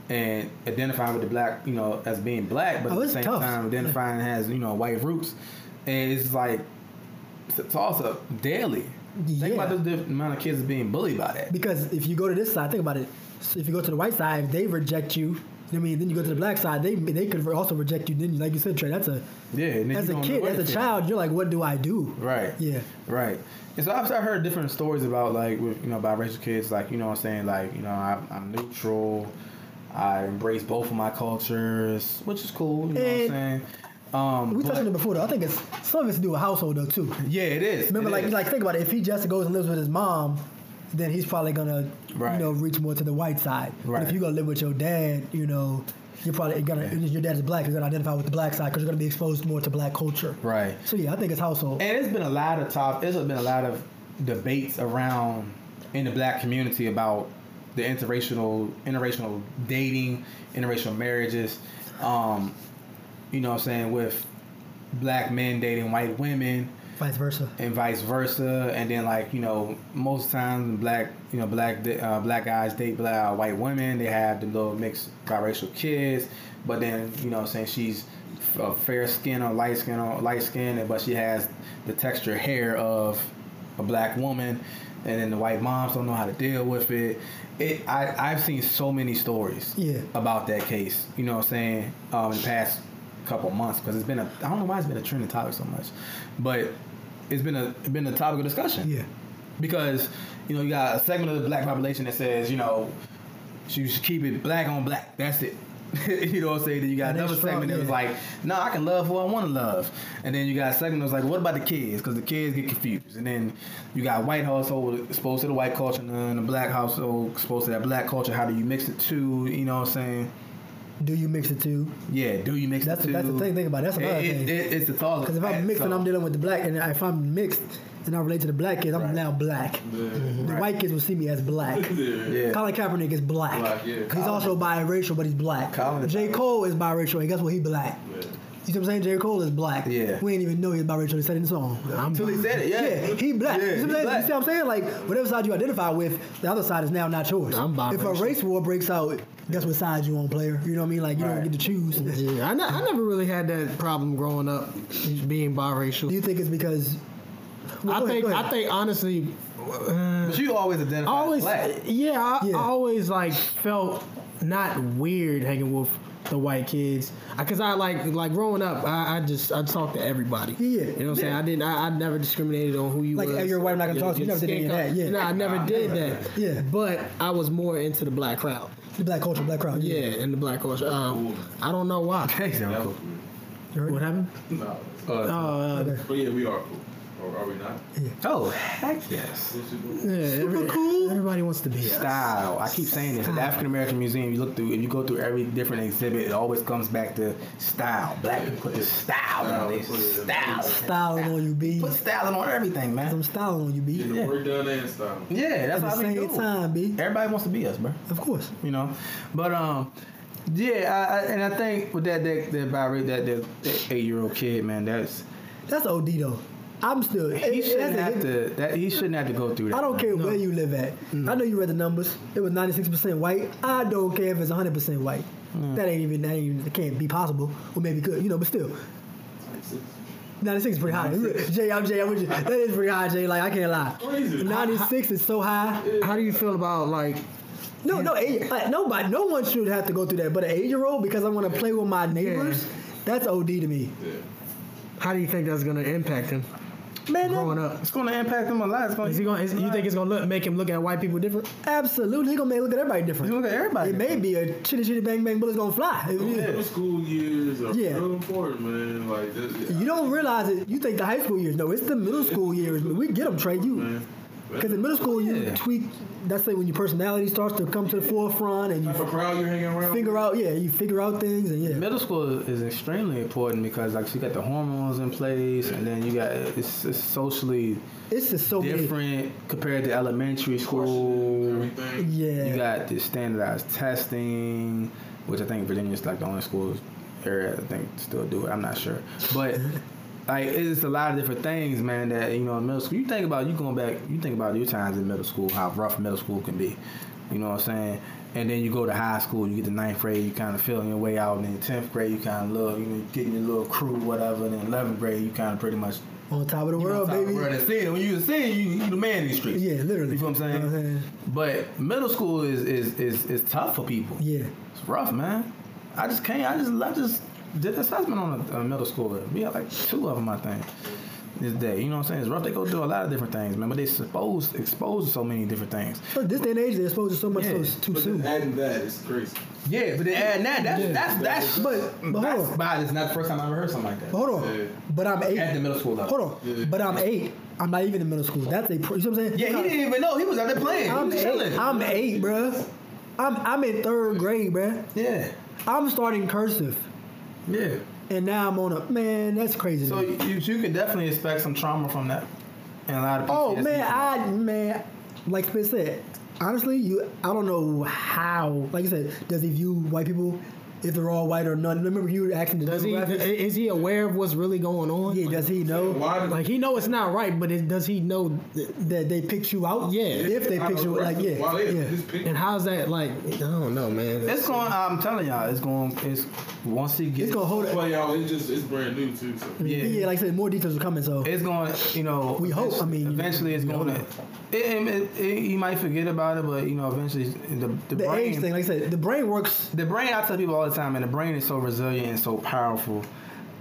Speaker 1: And identifying with the black, you know, as being black, but
Speaker 2: Oh,
Speaker 1: at the
Speaker 2: it's
Speaker 1: same
Speaker 2: tough.
Speaker 1: time
Speaker 2: <laughs>
Speaker 1: identifying as, you know, white roots. And it's like, it's a toss up daily. Think
Speaker 2: Yeah.
Speaker 1: about the diff- amount of kids that's being bullied by that.
Speaker 2: Because if you go to this side, think about it. So if you go to the white side, if they reject you, you know what I mean, then you go to the black side, they they could also reject you. Then, like you said, Trey, that's a
Speaker 1: Yeah, and then
Speaker 2: as
Speaker 1: you
Speaker 2: a
Speaker 1: don't know
Speaker 2: kid,
Speaker 1: what
Speaker 2: as
Speaker 1: to
Speaker 2: a
Speaker 1: feel.
Speaker 2: child, you're like, what do I do?
Speaker 1: Right.
Speaker 2: Yeah.
Speaker 1: Right. And so I've, I've heard different stories about like with you know biracial kids like you know what I'm saying like you know I, I'm neutral, I embrace both of my cultures, which is cool. You know
Speaker 2: And-
Speaker 1: what I'm saying. Um,
Speaker 2: Eh. We
Speaker 1: but-
Speaker 2: touched on it before, though. I think it's some of it's to do with household though too.
Speaker 1: yeah, it is.
Speaker 2: Remember,
Speaker 1: It
Speaker 2: like
Speaker 1: is.
Speaker 2: like think about it. If he just goes and lives with his mom, then he's probably gonna
Speaker 1: Right.
Speaker 2: you know reach more to the white side. But
Speaker 1: Right.
Speaker 2: if you gonna live with your dad, you know. You're probably gonna. Your dad's black. You're gonna identify with the black side because you're gonna be exposed more to black culture.
Speaker 1: Right.
Speaker 2: So yeah, I think it's household.
Speaker 1: And it's been a lot of top. It's been a lot of debates around in the black community about the interracial, interracial dating, interracial marriages. Um, you know, what I'm saying with black men dating white women.
Speaker 2: vice versa.
Speaker 1: and vice versa. And then like you know, most times black you know black uh, black guys date black uh, white women. They have the little mixed biracial kids, but then you know what I'm saying she's uh, fair skin or light skin or light skin, but she has the texture hair of a black woman. And then the white moms don't know how to deal with it. It I I've seen so many stories
Speaker 2: Yeah.
Speaker 1: about that case. You know what I'm saying? Um, in the past couple months because it's been a I don't know why it's been a trending topic so much, but it's been a been a topic of discussion.
Speaker 2: Yeah.
Speaker 1: Because you know you got a segment of the black population that says you know you should keep it black on black. That's it. <laughs> you know what I'm saying? Then you got
Speaker 2: And
Speaker 1: another
Speaker 2: that's strong,
Speaker 1: segment that was
Speaker 2: yeah.
Speaker 1: like, no, I can love who I want to love. And then you got a segment that was like, what about the kids? Because the kids get confused. And then you got white household exposed to the white culture, and then the black household exposed to that black culture. How do you mix it too? You know what I'm saying?
Speaker 2: Do you mix it too?
Speaker 1: Yeah, do you mix
Speaker 2: That's
Speaker 1: it
Speaker 2: the- that's the
Speaker 1: two?
Speaker 2: thing- think about it. That's another
Speaker 1: it,
Speaker 2: thing.
Speaker 1: It, it, it's the thought.
Speaker 2: Because if I'm mixed and I'm dealing with the black, and if I'm mixed and I relate to the black kids, I'm
Speaker 1: Right.
Speaker 2: now black.
Speaker 4: Yeah.
Speaker 2: The
Speaker 1: Right.
Speaker 2: white kids will see me as black.
Speaker 1: <laughs>
Speaker 4: Yeah.
Speaker 1: yeah,
Speaker 2: Colin Kaepernick is black.
Speaker 4: Black, yeah.
Speaker 2: He's also biracial, but he's black.
Speaker 1: Colin is
Speaker 2: J.
Speaker 1: biracial.
Speaker 2: Cole is biracial, and guess what? He black. You see what I'm saying? J. Cole is black.
Speaker 1: Yeah.
Speaker 2: We didn't even know he was biracial. He said it in the song. I'm
Speaker 1: Till he said it, yeah.
Speaker 2: Yeah, he black.
Speaker 1: Yeah, he
Speaker 2: you, see what I'm saying?
Speaker 1: black.
Speaker 2: You see what I'm saying? Like, whatever side you identify with, the other side is now not yours.
Speaker 3: I'm biracial.
Speaker 2: If a race war breaks out, guess what side you on, player? You know what I mean? Like, you
Speaker 1: Right.
Speaker 2: don't get to choose.
Speaker 3: Yeah, I, ne- I never really had that problem growing up being biracial.
Speaker 2: Do you think it's because. Well,
Speaker 3: I
Speaker 2: go ahead,
Speaker 3: think
Speaker 2: go ahead.
Speaker 3: I think honestly, uh,
Speaker 1: but you always
Speaker 3: I
Speaker 1: identify
Speaker 3: always
Speaker 1: as black.
Speaker 3: yeah, I,
Speaker 2: Yeah.
Speaker 3: I always like felt not weird hanging with the white kids because I like like growing up, I, I just I talked to everybody.
Speaker 2: Yeah, yeah.
Speaker 3: you know what I'm saying. I didn't, I, I never discriminated on who you
Speaker 2: Like,
Speaker 3: was.
Speaker 2: hey, you're white, I'm not gonna talk to you.
Speaker 3: your
Speaker 2: You never did
Speaker 3: skin
Speaker 2: any of
Speaker 3: color.
Speaker 2: that, yeah.
Speaker 3: No, I never did that.
Speaker 2: Yeah.
Speaker 3: but I was more into the black crowd.
Speaker 2: The black culture, black crowd.
Speaker 3: Yeah, and the black culture. Um, I don't know why.
Speaker 1: Thanks,
Speaker 4: That
Speaker 1: Uncle.
Speaker 4: was weird.
Speaker 3: What happened?
Speaker 4: No.
Speaker 3: Oh, uh,
Speaker 2: Okay.
Speaker 4: But yeah, we are cool. Or are we not?
Speaker 1: Oh, heck yes.
Speaker 4: Yes, we do.
Speaker 3: yeah, every- Everybody wants to be us.
Speaker 1: Style. I keep saying this. At the African American Museum, you look through, if you go through every different exhibit, it always comes back to style. Black people put the style on this. Style.
Speaker 2: Styling on you, B.
Speaker 1: Put styling on everything,
Speaker 2: I'm
Speaker 1: man.
Speaker 2: styling on you, B.
Speaker 4: Get the work done and style.
Speaker 1: Yeah, that's
Speaker 2: At
Speaker 1: what
Speaker 2: the
Speaker 1: I be
Speaker 2: same
Speaker 1: doing.
Speaker 2: time, B.
Speaker 1: Everybody wants to be us, bro.
Speaker 2: Of course.
Speaker 1: you know. But um, yeah, I, I, and I think with that that that Byron, that that, that eight year old kid, man, that's
Speaker 2: That's OD though. I'm still. it-
Speaker 1: he
Speaker 2: it-
Speaker 1: shouldn't
Speaker 2: that's a-
Speaker 1: have to that he shouldn't have to go through that.
Speaker 2: I don't
Speaker 1: man.
Speaker 2: care where you live at.
Speaker 1: Mm-hmm.
Speaker 2: I know you read the numbers. It was 96% white. I don't care if it's 100% white.
Speaker 1: Mm.
Speaker 2: That ain't even. That ain't. Even, it can't be possible. Or maybe could. You know. But still, 96 is pretty high. Jay, I'm Jay. I'm with you. That is pretty high, Jay. Like I can't lie.
Speaker 4: Crazy.
Speaker 2: 96 is so high.
Speaker 3: How do you feel about like
Speaker 2: No, no, eight, like, nobody, no one should have to go through that. But an eight-year-old, because I want to play with my neighbors, that's OD to me.
Speaker 4: Yeah.
Speaker 3: How do you think that's gonna impact him
Speaker 2: Man, that-
Speaker 3: growing up?
Speaker 1: It's going to impact him a lot. It's going
Speaker 3: Is he
Speaker 1: to
Speaker 3: gonna? Is, you think it's gonna look, make him look at white people different?
Speaker 2: absolutely, he gonna make look at everybody different.
Speaker 1: look at everybody.
Speaker 2: It may be a chitty chitty bang bang, bullets gonna fly. It-
Speaker 4: Those
Speaker 2: it-
Speaker 4: Middle school years are
Speaker 2: Yeah.
Speaker 4: real important, man. Like, this,
Speaker 2: You don't realize it. You think the high school years. No, it's the middle school years. We get them, Trey. You
Speaker 4: man.
Speaker 2: because in middle school you
Speaker 1: Yeah.
Speaker 2: tweak. That's like when your personality starts to come to the forefront and
Speaker 4: Type
Speaker 2: you
Speaker 4: of crowd you're hanging around.
Speaker 2: figure out. Yeah, you figure out things and yeah.
Speaker 1: Middle school is extremely important because like you got the hormones in place, and then you got it's, it's socially
Speaker 2: It's just so many.
Speaker 1: different compared to elementary
Speaker 4: questioning
Speaker 1: school.
Speaker 4: everything.
Speaker 2: Yeah.
Speaker 1: You got the standardized testing, which I think Virginia's like the only school area I think still do it. I'm not sure,
Speaker 2: <laughs>
Speaker 1: but like it's a lot of different things, man. That you know, in middle school. You think about you going back. You think about your times in middle school, how rough middle school can be. You know what I'm saying? And then you go to high school, you get to ninth grade, you kind of feeling your way out. And then tenth grade, you kind of love, you know, getting your little crew, whatever. And then eleventh grade, you kind of pretty much
Speaker 2: on top of the world,
Speaker 1: outside
Speaker 2: baby.
Speaker 1: the world and see it. When you see it, you you the man in these streets.
Speaker 2: Yeah, literally.
Speaker 1: You feel what I'm saying?
Speaker 2: You know what I'm saying?
Speaker 1: But middle school is is is, is tough for people.
Speaker 2: Yeah.
Speaker 1: It's rough, man. I just can't. I just I just did assessment on a, a middle schooler. We had like two of them, I think. This day, you know what I'm saying? It's rough. They go through a lot of different things, man. But they supposed exposed to so many different things.
Speaker 2: But this day and age, they're exposed to so much
Speaker 1: Yeah.
Speaker 2: so too
Speaker 4: But then
Speaker 2: soon.
Speaker 4: adding that is crazy.
Speaker 1: Yeah, but then add that. That's that's that's.
Speaker 2: But- but hold
Speaker 1: that's,
Speaker 2: on.
Speaker 1: but it's not the first time I ever heard something like that.
Speaker 2: But hold
Speaker 4: Yeah.
Speaker 2: on. But I'm eight.
Speaker 1: At the middle school level.
Speaker 2: Hold on.
Speaker 4: Yeah.
Speaker 2: But I'm eight. I'm not even in middle school. That's a. Pro- you see what I'm saying?
Speaker 1: Yeah, he didn't even know he was out there playing. He
Speaker 2: I'm
Speaker 1: was
Speaker 2: eight.
Speaker 1: chilling.
Speaker 2: I'm eight, bruh. I'm I'm in third grade, bruh.
Speaker 1: yeah,
Speaker 2: I'm starting cursive,
Speaker 1: yeah.
Speaker 2: and now I'm on a man. That's crazy.
Speaker 1: So
Speaker 2: to me.
Speaker 1: you, you can definitely expect some trauma from that, and a lot of.
Speaker 2: oh
Speaker 1: PTSD
Speaker 2: man,
Speaker 1: from that.
Speaker 2: I man, like Spence said, honestly, you I don't know how. Like you said, does he view white people if they're all white or not? Remember you were asking the
Speaker 3: Does he?
Speaker 2: demographics?
Speaker 3: Is he aware of what's really going on?
Speaker 2: yeah, does he know
Speaker 4: Why?
Speaker 3: Like he know it's not right, but it, does he know? th-
Speaker 2: that they picked you out?
Speaker 3: Yeah.
Speaker 2: if they picked you, like yeah,
Speaker 4: Why they
Speaker 2: yeah.
Speaker 4: just pick- <laughs>
Speaker 3: And how's that like? I don't know, man.
Speaker 1: It's going. I'm telling y'all, it's going. It's once he gets.
Speaker 2: It's gonna hold it.
Speaker 4: Well, y'all, it's just it's brand new too. So.
Speaker 1: Yeah.
Speaker 2: Yeah. like I said, more details are coming. So
Speaker 1: It's going. You know.
Speaker 2: We hope, I mean,
Speaker 1: Eventually, it's
Speaker 2: we
Speaker 1: going. to
Speaker 2: hope.
Speaker 1: It, it, it, you might forget about it, but you know, eventually, the the,
Speaker 2: the
Speaker 1: brain.
Speaker 2: age thing, like I said, the brain works.
Speaker 1: The brain. I tell people all the time, and the brain is so resilient and so powerful.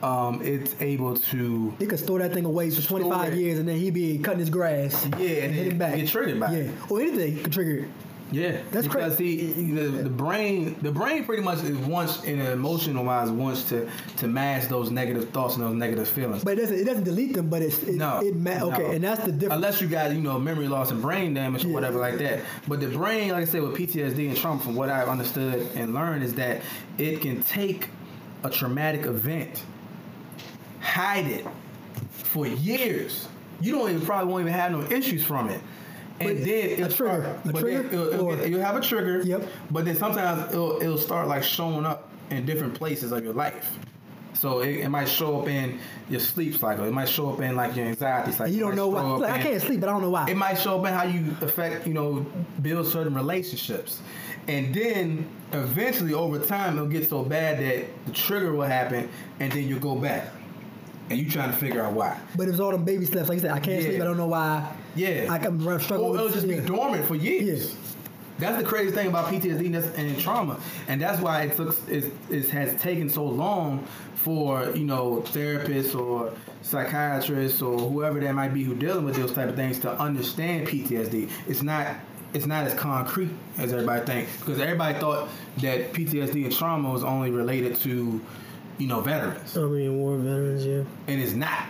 Speaker 1: um, it's able to
Speaker 2: He could store that thing away for 25
Speaker 1: it.
Speaker 2: years and then he be cutting his grass.
Speaker 1: yeah, and
Speaker 2: hit
Speaker 1: it
Speaker 2: it back.
Speaker 1: get triggered by it.
Speaker 2: Yeah, or anything could trigger it.
Speaker 1: Yeah,
Speaker 2: That's
Speaker 1: because
Speaker 2: crazy.
Speaker 1: See, the, the brain, the brain pretty much is wants in an emotional wise wants to to mask those negative thoughts and those negative feelings.
Speaker 2: But it doesn't, it doesn't delete them, but it's, it,
Speaker 1: no,
Speaker 2: it ma- okay,
Speaker 1: no.
Speaker 2: and that's the difference.
Speaker 1: Unless you got you know memory loss and brain damage or
Speaker 2: Yeah.
Speaker 1: whatever like that. But the brain, like I said, with PTSD and trauma, from what I've understood and learned, is that it can take a traumatic event, hide it for years. You don't even probably won't even have no issues from it. And
Speaker 2: But
Speaker 1: then
Speaker 2: a
Speaker 1: it'll
Speaker 2: trigger,
Speaker 1: start-
Speaker 2: a
Speaker 1: but
Speaker 2: trigger,
Speaker 1: then it'll- it'll
Speaker 2: or-
Speaker 1: get- you'll have a trigger.
Speaker 2: Yep.
Speaker 1: But then sometimes it'll, it'll start like showing up in different places of your life. So it, it might show up in your sleep cycle. It might show up in like your anxiety cycle.
Speaker 2: And you
Speaker 1: It might
Speaker 2: don't know why.
Speaker 1: show up
Speaker 2: Like, I
Speaker 1: in-
Speaker 2: can't sleep, but I don't know
Speaker 1: It
Speaker 2: why.
Speaker 1: might show up in how you affect, you know, build certain relationships, and then eventually over time it'll get so bad that the trigger will happen, and then you'll go back, and you trying to figure out why.
Speaker 2: But it was all them baby steps. Like you said, I can't
Speaker 1: Yeah.
Speaker 2: sleep, I don't know why.
Speaker 1: Yeah.
Speaker 2: I, I'm r- struggling
Speaker 1: Or it'll
Speaker 2: with
Speaker 1: just
Speaker 2: yeah.
Speaker 1: be dormant for years.
Speaker 2: Yeah.
Speaker 1: That's the crazy thing about PTSD and that's- and trauma, and that's why it took it, it has taken so long for you know therapists or psychiatrists or whoever that might be who dealing with those type of things to understand PTSD. It's not it's not as concrete as everybody thinks because everybody thought that PTSD and trauma was only related to you know veterans,
Speaker 6: I mean, war veterans, yeah.
Speaker 1: and it's not.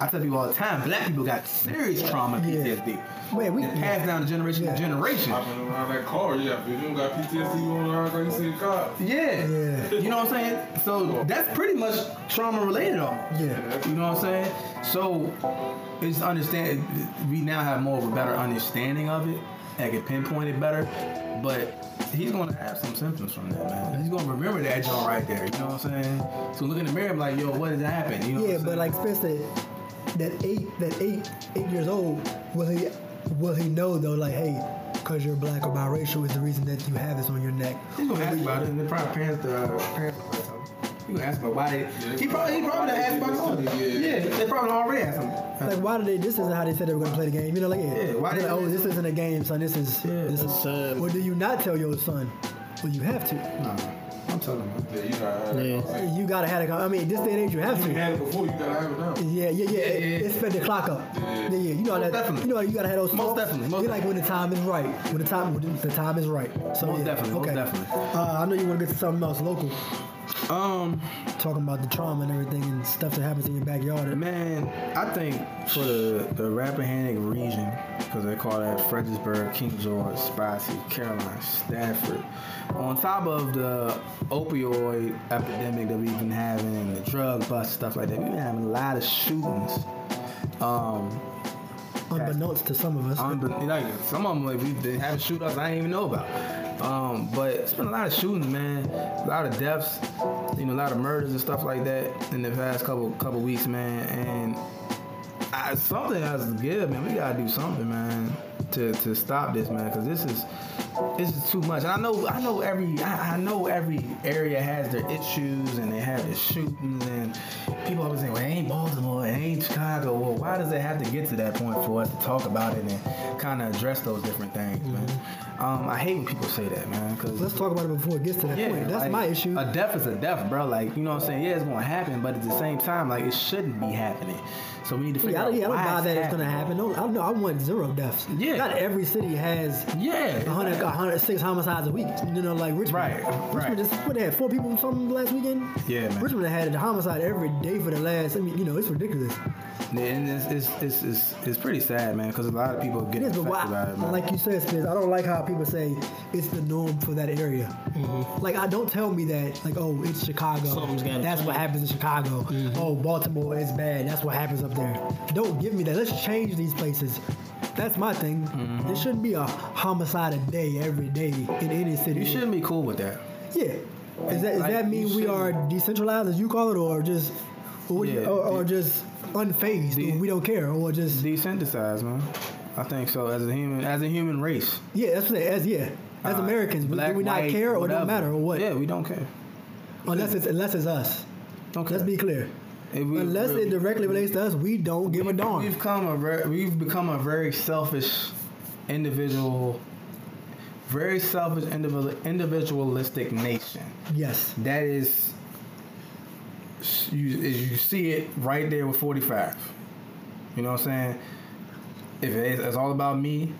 Speaker 1: I tell people all the time, black people got serious trauma and PTSD.
Speaker 2: Man, we-
Speaker 1: It passed down to generation
Speaker 2: Yeah.
Speaker 1: to generation.
Speaker 4: I've been around that car. Yeah, if you don't got PTSD, you won't around like you see a cop.
Speaker 1: Yeah.
Speaker 2: Yeah.
Speaker 1: You know what I'm saying? So that's pretty much trauma related on.
Speaker 2: Yeah.
Speaker 1: You know what I'm saying? So it's understand we now have more of a better understanding of it. I can pinpoint it better. But he's gonna have some symptoms from that, man. He's gonna remember that joint right there. You know what I'm saying? So look in the mirror and be like, yo, what did that happen? You know
Speaker 2: Yeah,
Speaker 1: what I'm saying?
Speaker 2: but like Spence said, that eight, that eight, eight years old, will he, will he know though? Like, hey, because you're black or biracial is the reason that you have this on your neck.
Speaker 1: He's gonna ask about it, and then probably parents, the uh, parents, you gonna ask about why they. He probably, he probably done asked about something.
Speaker 4: Yeah.
Speaker 1: Yeah, they probably already asked him.
Speaker 2: Like, why did they? This isn't how they said they were gonna play the game. You know, like, yeah,
Speaker 1: Yeah, why
Speaker 2: Like,
Speaker 1: did-
Speaker 2: oh, this isn't a game, son. This is. This is.
Speaker 6: It's, uh,
Speaker 2: Well, do you not tell your son? Well, you have to.
Speaker 1: Nah, I'm telling him.
Speaker 4: Yeah, you gotta have it.
Speaker 2: You gotta have a. con- I mean, this day and age, you have
Speaker 4: You
Speaker 2: to.
Speaker 4: had it before. You gotta have it now.
Speaker 2: Yeah, yeah, yeah. It,
Speaker 1: yeah,
Speaker 2: it sped the clock up. Yeah, yeah. You know how
Speaker 1: Most
Speaker 2: that.
Speaker 1: definitely.
Speaker 2: You know how you gotta have those.
Speaker 1: Most
Speaker 2: thoughts.
Speaker 1: definitely, most
Speaker 2: you like when the time is right. When the time, when the time is right. So
Speaker 1: Most
Speaker 2: yeah.
Speaker 1: definitely, most
Speaker 2: Okay.
Speaker 1: definitely.
Speaker 2: Uh, I know you want to get to something else local,
Speaker 1: Um,
Speaker 2: talking about the trauma and everything and stuff that happens in your backyard.
Speaker 1: man, I think for the, the Rappahannock region, because they call that Fredericksburg, King George, Spicy, Carolina, Stafford, on top of the opioid epidemic that we've been having and the drug bust, stuff like that, we've been having a lot of shootings. Um,
Speaker 2: Unbeknownst to some of us,
Speaker 1: Unbe- like some of them like, we they have shootouts I didn't even know about. Um, but it's been a lot of shootings, man. A lot of deaths, you know, a lot of murders and stuff like that in the past couple couple weeks, man. And I, something has to give, man. We gotta do something, man, to, to stop this, man, because this is this is too much. And I know I know every I, I know every area has their issues and they have their shootings and people always say, well, it ain't Baltimore, it ain't Chicago. Well, why does it have to get to that point for us to talk about it and kind of address those different things, man? Um, I hate when people say that, man, because
Speaker 2: let's talk about it before it gets to that point. That's
Speaker 1: like,
Speaker 2: my issue.
Speaker 1: A death is a death, bro. Like, you know what I'm saying? Yeah, it's gonna happen, but at the same time, like, it shouldn't be happening. So we need to figure
Speaker 2: Yeah, I,
Speaker 1: out
Speaker 2: yeah, I
Speaker 1: why
Speaker 2: don't buy that it's gonna
Speaker 1: happening.
Speaker 2: happen. No, I, no, I want zero deaths.
Speaker 1: Yeah.
Speaker 2: Not every city has
Speaker 1: Yeah,
Speaker 2: 100, 106 homicides a week. You know, like Richmond.
Speaker 1: Right,
Speaker 2: Richmond
Speaker 1: right.
Speaker 2: just what they had four people from last weekend.
Speaker 1: Yeah, man.
Speaker 2: Richmond had a homicide every day for the last. I mean, you know, it's ridiculous.
Speaker 1: Yeah, and it's it's it's it's, it's pretty sad, man, because a lot of people get
Speaker 2: It is,
Speaker 1: affected
Speaker 2: but why?
Speaker 1: by it, man.
Speaker 2: Like you said, Spence, I don't like how people say it's the norm for that area.
Speaker 1: Mm-hmm.
Speaker 2: Like, I don't tell me that. Like, oh, it's Chicago.
Speaker 6: Something's gotta
Speaker 2: That's what happens in Chicago.
Speaker 1: Mm-hmm.
Speaker 2: Oh, Baltimore is bad. That's what happens up there. Don't give me that. Let's change these places. That's my thing.
Speaker 1: Mm-hmm.
Speaker 2: There shouldn't be a homicide a day every day in any city.
Speaker 1: you shouldn't be cool with that.
Speaker 2: Yeah. Is that, does
Speaker 1: Like,
Speaker 2: that
Speaker 1: you
Speaker 2: mean we
Speaker 1: shouldn't-
Speaker 2: are decentralized, as you call it, or just, or, what do you-
Speaker 1: Yeah,
Speaker 2: or, or
Speaker 1: the-
Speaker 2: just unfazed,
Speaker 1: the-
Speaker 2: or we don't care, or just
Speaker 1: Desensitized, man. I think so. As a human, as a human race,
Speaker 2: yeah, that's what it, as yeah, as
Speaker 1: Uh,
Speaker 2: Americans, we-
Speaker 1: black,
Speaker 2: do we not
Speaker 1: white,
Speaker 2: care or
Speaker 1: whatever.
Speaker 2: don't matter or what?
Speaker 1: Yeah, we don't care.
Speaker 2: Unless it's unless it's us.
Speaker 1: Don't care.
Speaker 2: Let's be clear.
Speaker 1: If we-
Speaker 2: Unless
Speaker 1: we-
Speaker 2: it directly relates to us, we don't give a darn.
Speaker 1: We've come a ver- we've become a very selfish individual, very selfish individual individualistic nation.
Speaker 2: Yes.
Speaker 1: That is you is you see it right there with 45. You know what I'm saying? If it is, it's all about me,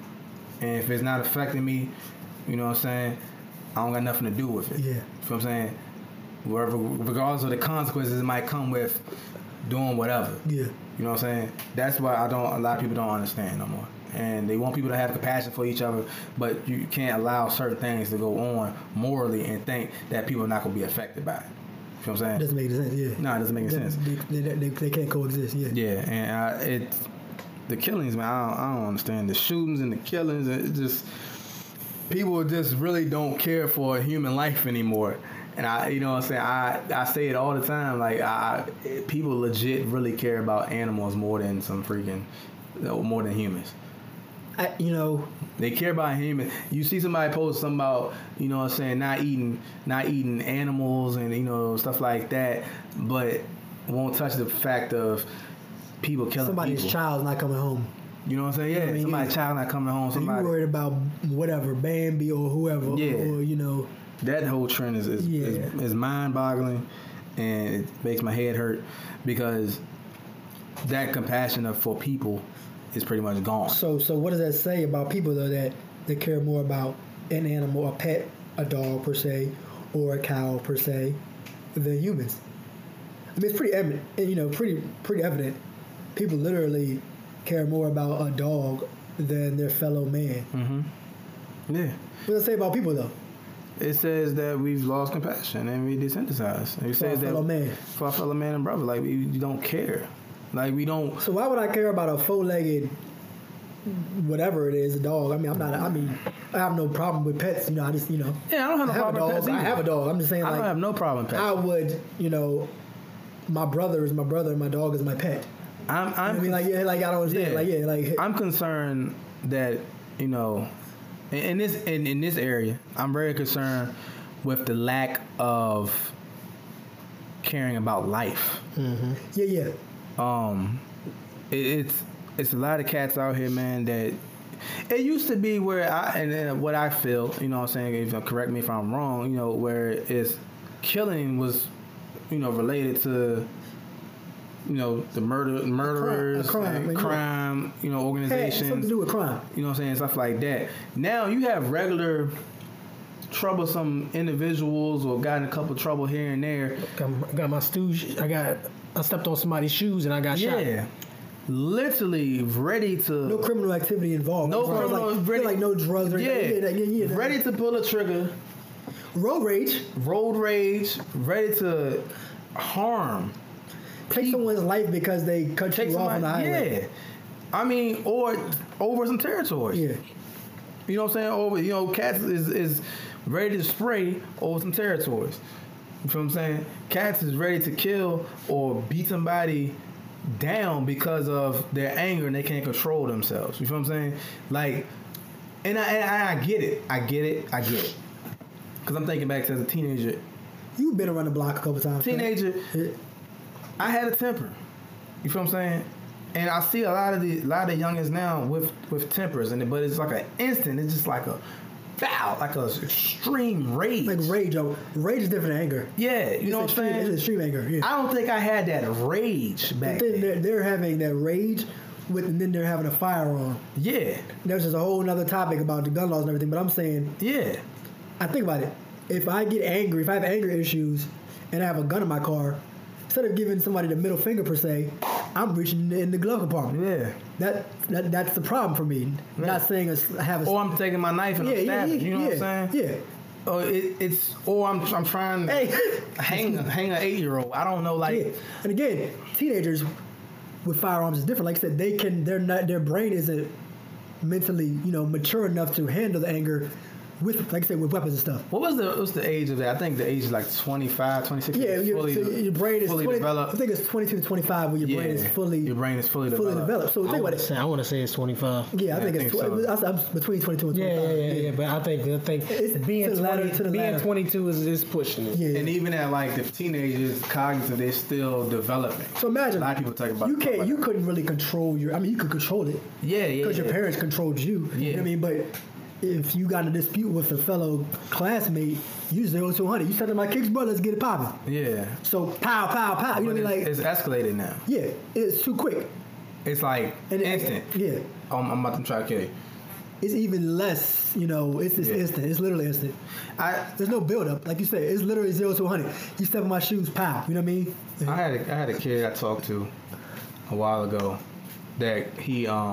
Speaker 1: and if it's not affecting me, you know what I'm saying? I don't got nothing to do with it.
Speaker 2: Yeah.
Speaker 1: You feel what I'm saying? Wherever, regardless of the consequences it might come with doing whatever.
Speaker 2: Yeah.
Speaker 1: You know what I'm saying? That's why I don't. A lot of people don't understand no more, and they want people to have compassion for each other, but you can't allow certain things to go on morally and think that people are not going to be affected by it. You know what I'm saying?
Speaker 2: Doesn't make any sense. Yeah.
Speaker 1: No, it doesn't make any
Speaker 2: They-
Speaker 1: sense.
Speaker 2: They, they, they, they can't coexist. Yeah.
Speaker 1: Yeah, and I, it, the killings, man. I don't, I don't understand the shootings and the killings. It just people just really don't care for human life anymore. And I, you know, what I'm saying I, I say it all the time. Like I, it- people legit really care about animals more than some freaking, uh, more than humans.
Speaker 2: I, you know,
Speaker 1: They care about human. You see somebody post something about, you know what I'm saying, not eating not eating animals and you know, stuff like that, but won't touch the fact of people killing
Speaker 2: somebody's
Speaker 1: people.
Speaker 2: child's not coming home.
Speaker 1: You know what I'm saying? Yeah,
Speaker 2: I mean?
Speaker 1: somebody's child not coming home,
Speaker 2: And you
Speaker 1: somebody
Speaker 2: worried about whatever Bambi or whoever,
Speaker 1: Yeah.
Speaker 2: or you know,
Speaker 1: that whole trend is is,
Speaker 2: Yeah.
Speaker 1: is, is mind boggling and it makes my head hurt because that compassion of for people is pretty much gone.
Speaker 2: So, so what does that say about people though that that care more about an animal, a pet, a dog per se, or a cow per se, than humans? I mean, it's pretty evident, and, you know, pretty pretty evident. People literally care more about a dog than their fellow man.
Speaker 1: Hmm. Yeah.
Speaker 2: What does it say about people though?
Speaker 1: It says that we've lost compassion and we desensitized. It
Speaker 2: For our
Speaker 1: says
Speaker 2: fellow
Speaker 1: that
Speaker 2: man.
Speaker 1: for our fellow man and brother, like we, we don't care, like we don't.
Speaker 2: So why would I care about a four-legged, whatever it is, a dog? I mean, I'm not. I mean, I have no problem with pets. You know, I just you know.
Speaker 1: Yeah, I don't have
Speaker 2: I
Speaker 1: no
Speaker 2: have a
Speaker 1: problem with
Speaker 2: dog.
Speaker 1: pets
Speaker 2: I
Speaker 1: either.
Speaker 2: have a dog. I'm just saying,
Speaker 1: I
Speaker 2: like,
Speaker 1: don't have no problem with pets.
Speaker 2: I would, you know, my brother is my brother, my dog is my pet.
Speaker 1: I'm,
Speaker 2: I
Speaker 1: I'm,
Speaker 2: mean, like, yeah, like I don't understand, like, yeah, like,
Speaker 1: I'm concerned that you know, in, in this in, in this area, I'm very concerned with the lack of caring about life.
Speaker 2: yeah, yeah,
Speaker 1: Um, it, it's it's a lot of cats out here, man. That it used to be where I and, then what I feel, you know, what I'm saying, if, correct me if I'm wrong, you know, where it's killing was, you know, related to. You know the murder, murderers,
Speaker 2: crime,
Speaker 1: and
Speaker 2: yeah.
Speaker 1: crime, you know,
Speaker 2: Hey, it's
Speaker 1: organizations.
Speaker 2: something to do with crime.
Speaker 1: You know what I'm saying? Stuff like that. Now you have regular troublesome individuals or got in a couple trouble here and there.
Speaker 3: Got, got my stooge. I got. I stepped on somebody's shoes and I got shot.
Speaker 1: Yeah. Literally ready to
Speaker 2: No criminal activity involved.
Speaker 1: No
Speaker 2: As far as,
Speaker 1: criminal-
Speaker 2: like,
Speaker 1: ready-
Speaker 2: like no drugs or
Speaker 1: yeah.
Speaker 2: anything. Yeah, yeah, yeah, yeah.
Speaker 1: ready to pull a trigger,
Speaker 2: Road rage.
Speaker 1: road rage, ready to harm.
Speaker 2: Take someone's life because they cut
Speaker 1: Take
Speaker 2: you off on
Speaker 1: somebody
Speaker 2: the highway.
Speaker 1: Yeah. I mean, or over some territory.
Speaker 2: Yeah.
Speaker 1: You know what I'm saying? Over you know, cats is is ready to spray over some territories. You feel what I'm saying? Cats is ready to kill or beat somebody down because of their anger and they can't control themselves. You feel what I'm saying? Like, and I and I, I get it. I get it. I get it. Because I'm thinking back to as a teenager.
Speaker 2: You've been around the block a couple times. man.
Speaker 1: Teenager,
Speaker 2: Yeah.
Speaker 1: I had a temper. You feel what I'm saying? And I see a lot of the a lot of youngins now with with tempers, and it- but it's like an instant. It's just like a foul, like a extreme rage.
Speaker 2: Like rage. Oh, rage is different than anger.
Speaker 1: Yeah, you know what
Speaker 2: it's
Speaker 1: I'm
Speaker 2: extreme, It's
Speaker 1: saying.
Speaker 2: extreme anger. Yeah.
Speaker 1: I don't think I had that rage back
Speaker 2: Then
Speaker 1: then.
Speaker 2: they're, they're having that rage, with and then they're having a firearm.
Speaker 1: Yeah,
Speaker 2: That's just a whole nother topic about the gun laws and everything. But I'm saying,
Speaker 1: yeah,
Speaker 2: I think about it. If I get angry, if I have anger issues, and I have a gun in my car, instead of giving somebody the middle finger per se, I'm reaching in the, in the glove compartment.
Speaker 1: yeah.
Speaker 2: That, that that's the problem for me. Not saying a s- I have a.
Speaker 1: Or I'm taking my knife and
Speaker 2: yeah,
Speaker 1: I'm
Speaker 2: yeah, yeah,
Speaker 1: stabbing. you know
Speaker 2: yeah,
Speaker 1: what I'm saying?
Speaker 2: Yeah.
Speaker 1: Or it, it's or I'm I'm trying to
Speaker 2: Hey.
Speaker 1: <laughs> hang hang an eight year old. I don't know, like
Speaker 2: Yeah. And again, teenagers with firearms is different. Like I said, they can they're not their brain isn't mentally you know mature enough to handle the anger with like I said with weapons and stuff.
Speaker 1: what was the what's the age of that? I think the age is like 25, 26.
Speaker 2: Yeah,
Speaker 1: is
Speaker 2: your,
Speaker 1: fully,
Speaker 2: so your brain is
Speaker 1: fully
Speaker 2: 20,
Speaker 1: developed.
Speaker 2: I think it's 22 to 25 when your brain is fully
Speaker 1: your brain is fully,
Speaker 2: fully
Speaker 1: developed.
Speaker 2: developed. So
Speaker 3: I
Speaker 2: think about
Speaker 3: want to
Speaker 2: it.
Speaker 3: say. I want to say it's twenty five.
Speaker 2: Yeah, I think it's
Speaker 1: think so.
Speaker 2: tw- I am between 22 and
Speaker 3: Yeah,
Speaker 2: 25.
Speaker 3: yeah, yeah, yeah, But I think I think
Speaker 2: It's
Speaker 3: being
Speaker 2: to the latter,
Speaker 3: 20
Speaker 2: to the
Speaker 3: being
Speaker 2: latter.
Speaker 3: twenty two is, is pushing it.
Speaker 2: Yeah.
Speaker 1: And even at like the teenagers, cognitive, they're still developing.
Speaker 2: So imagine
Speaker 1: a lot of people talk about
Speaker 2: you
Speaker 1: it.
Speaker 2: can't you couldn't really control your I mean you could control it
Speaker 1: yeah, yeah,
Speaker 2: because
Speaker 1: yeah.
Speaker 2: your parents controlled you. You know what I mean? But if you got in a dispute with a fellow classmate You zero to 100. You said to my kicks, bro, let's get it popping.
Speaker 1: Yeah.
Speaker 2: So pow, pow, pow. You know what I mean? Like,
Speaker 1: it's, it's escalated now.
Speaker 2: yeah, it's too quick.
Speaker 1: It's like
Speaker 2: And it-
Speaker 1: instant.
Speaker 2: Yeah.
Speaker 1: Um, I'm about to try to kill you.
Speaker 2: It's even less, you know, it's, it's
Speaker 1: Yeah.
Speaker 2: instant. It's literally instant.
Speaker 1: I
Speaker 2: There's no build up. Like you said, it's literally zero to 100. You step in my shoes, pow. You know what I mean?
Speaker 1: I had a, I had a kid I talked to a while ago that he um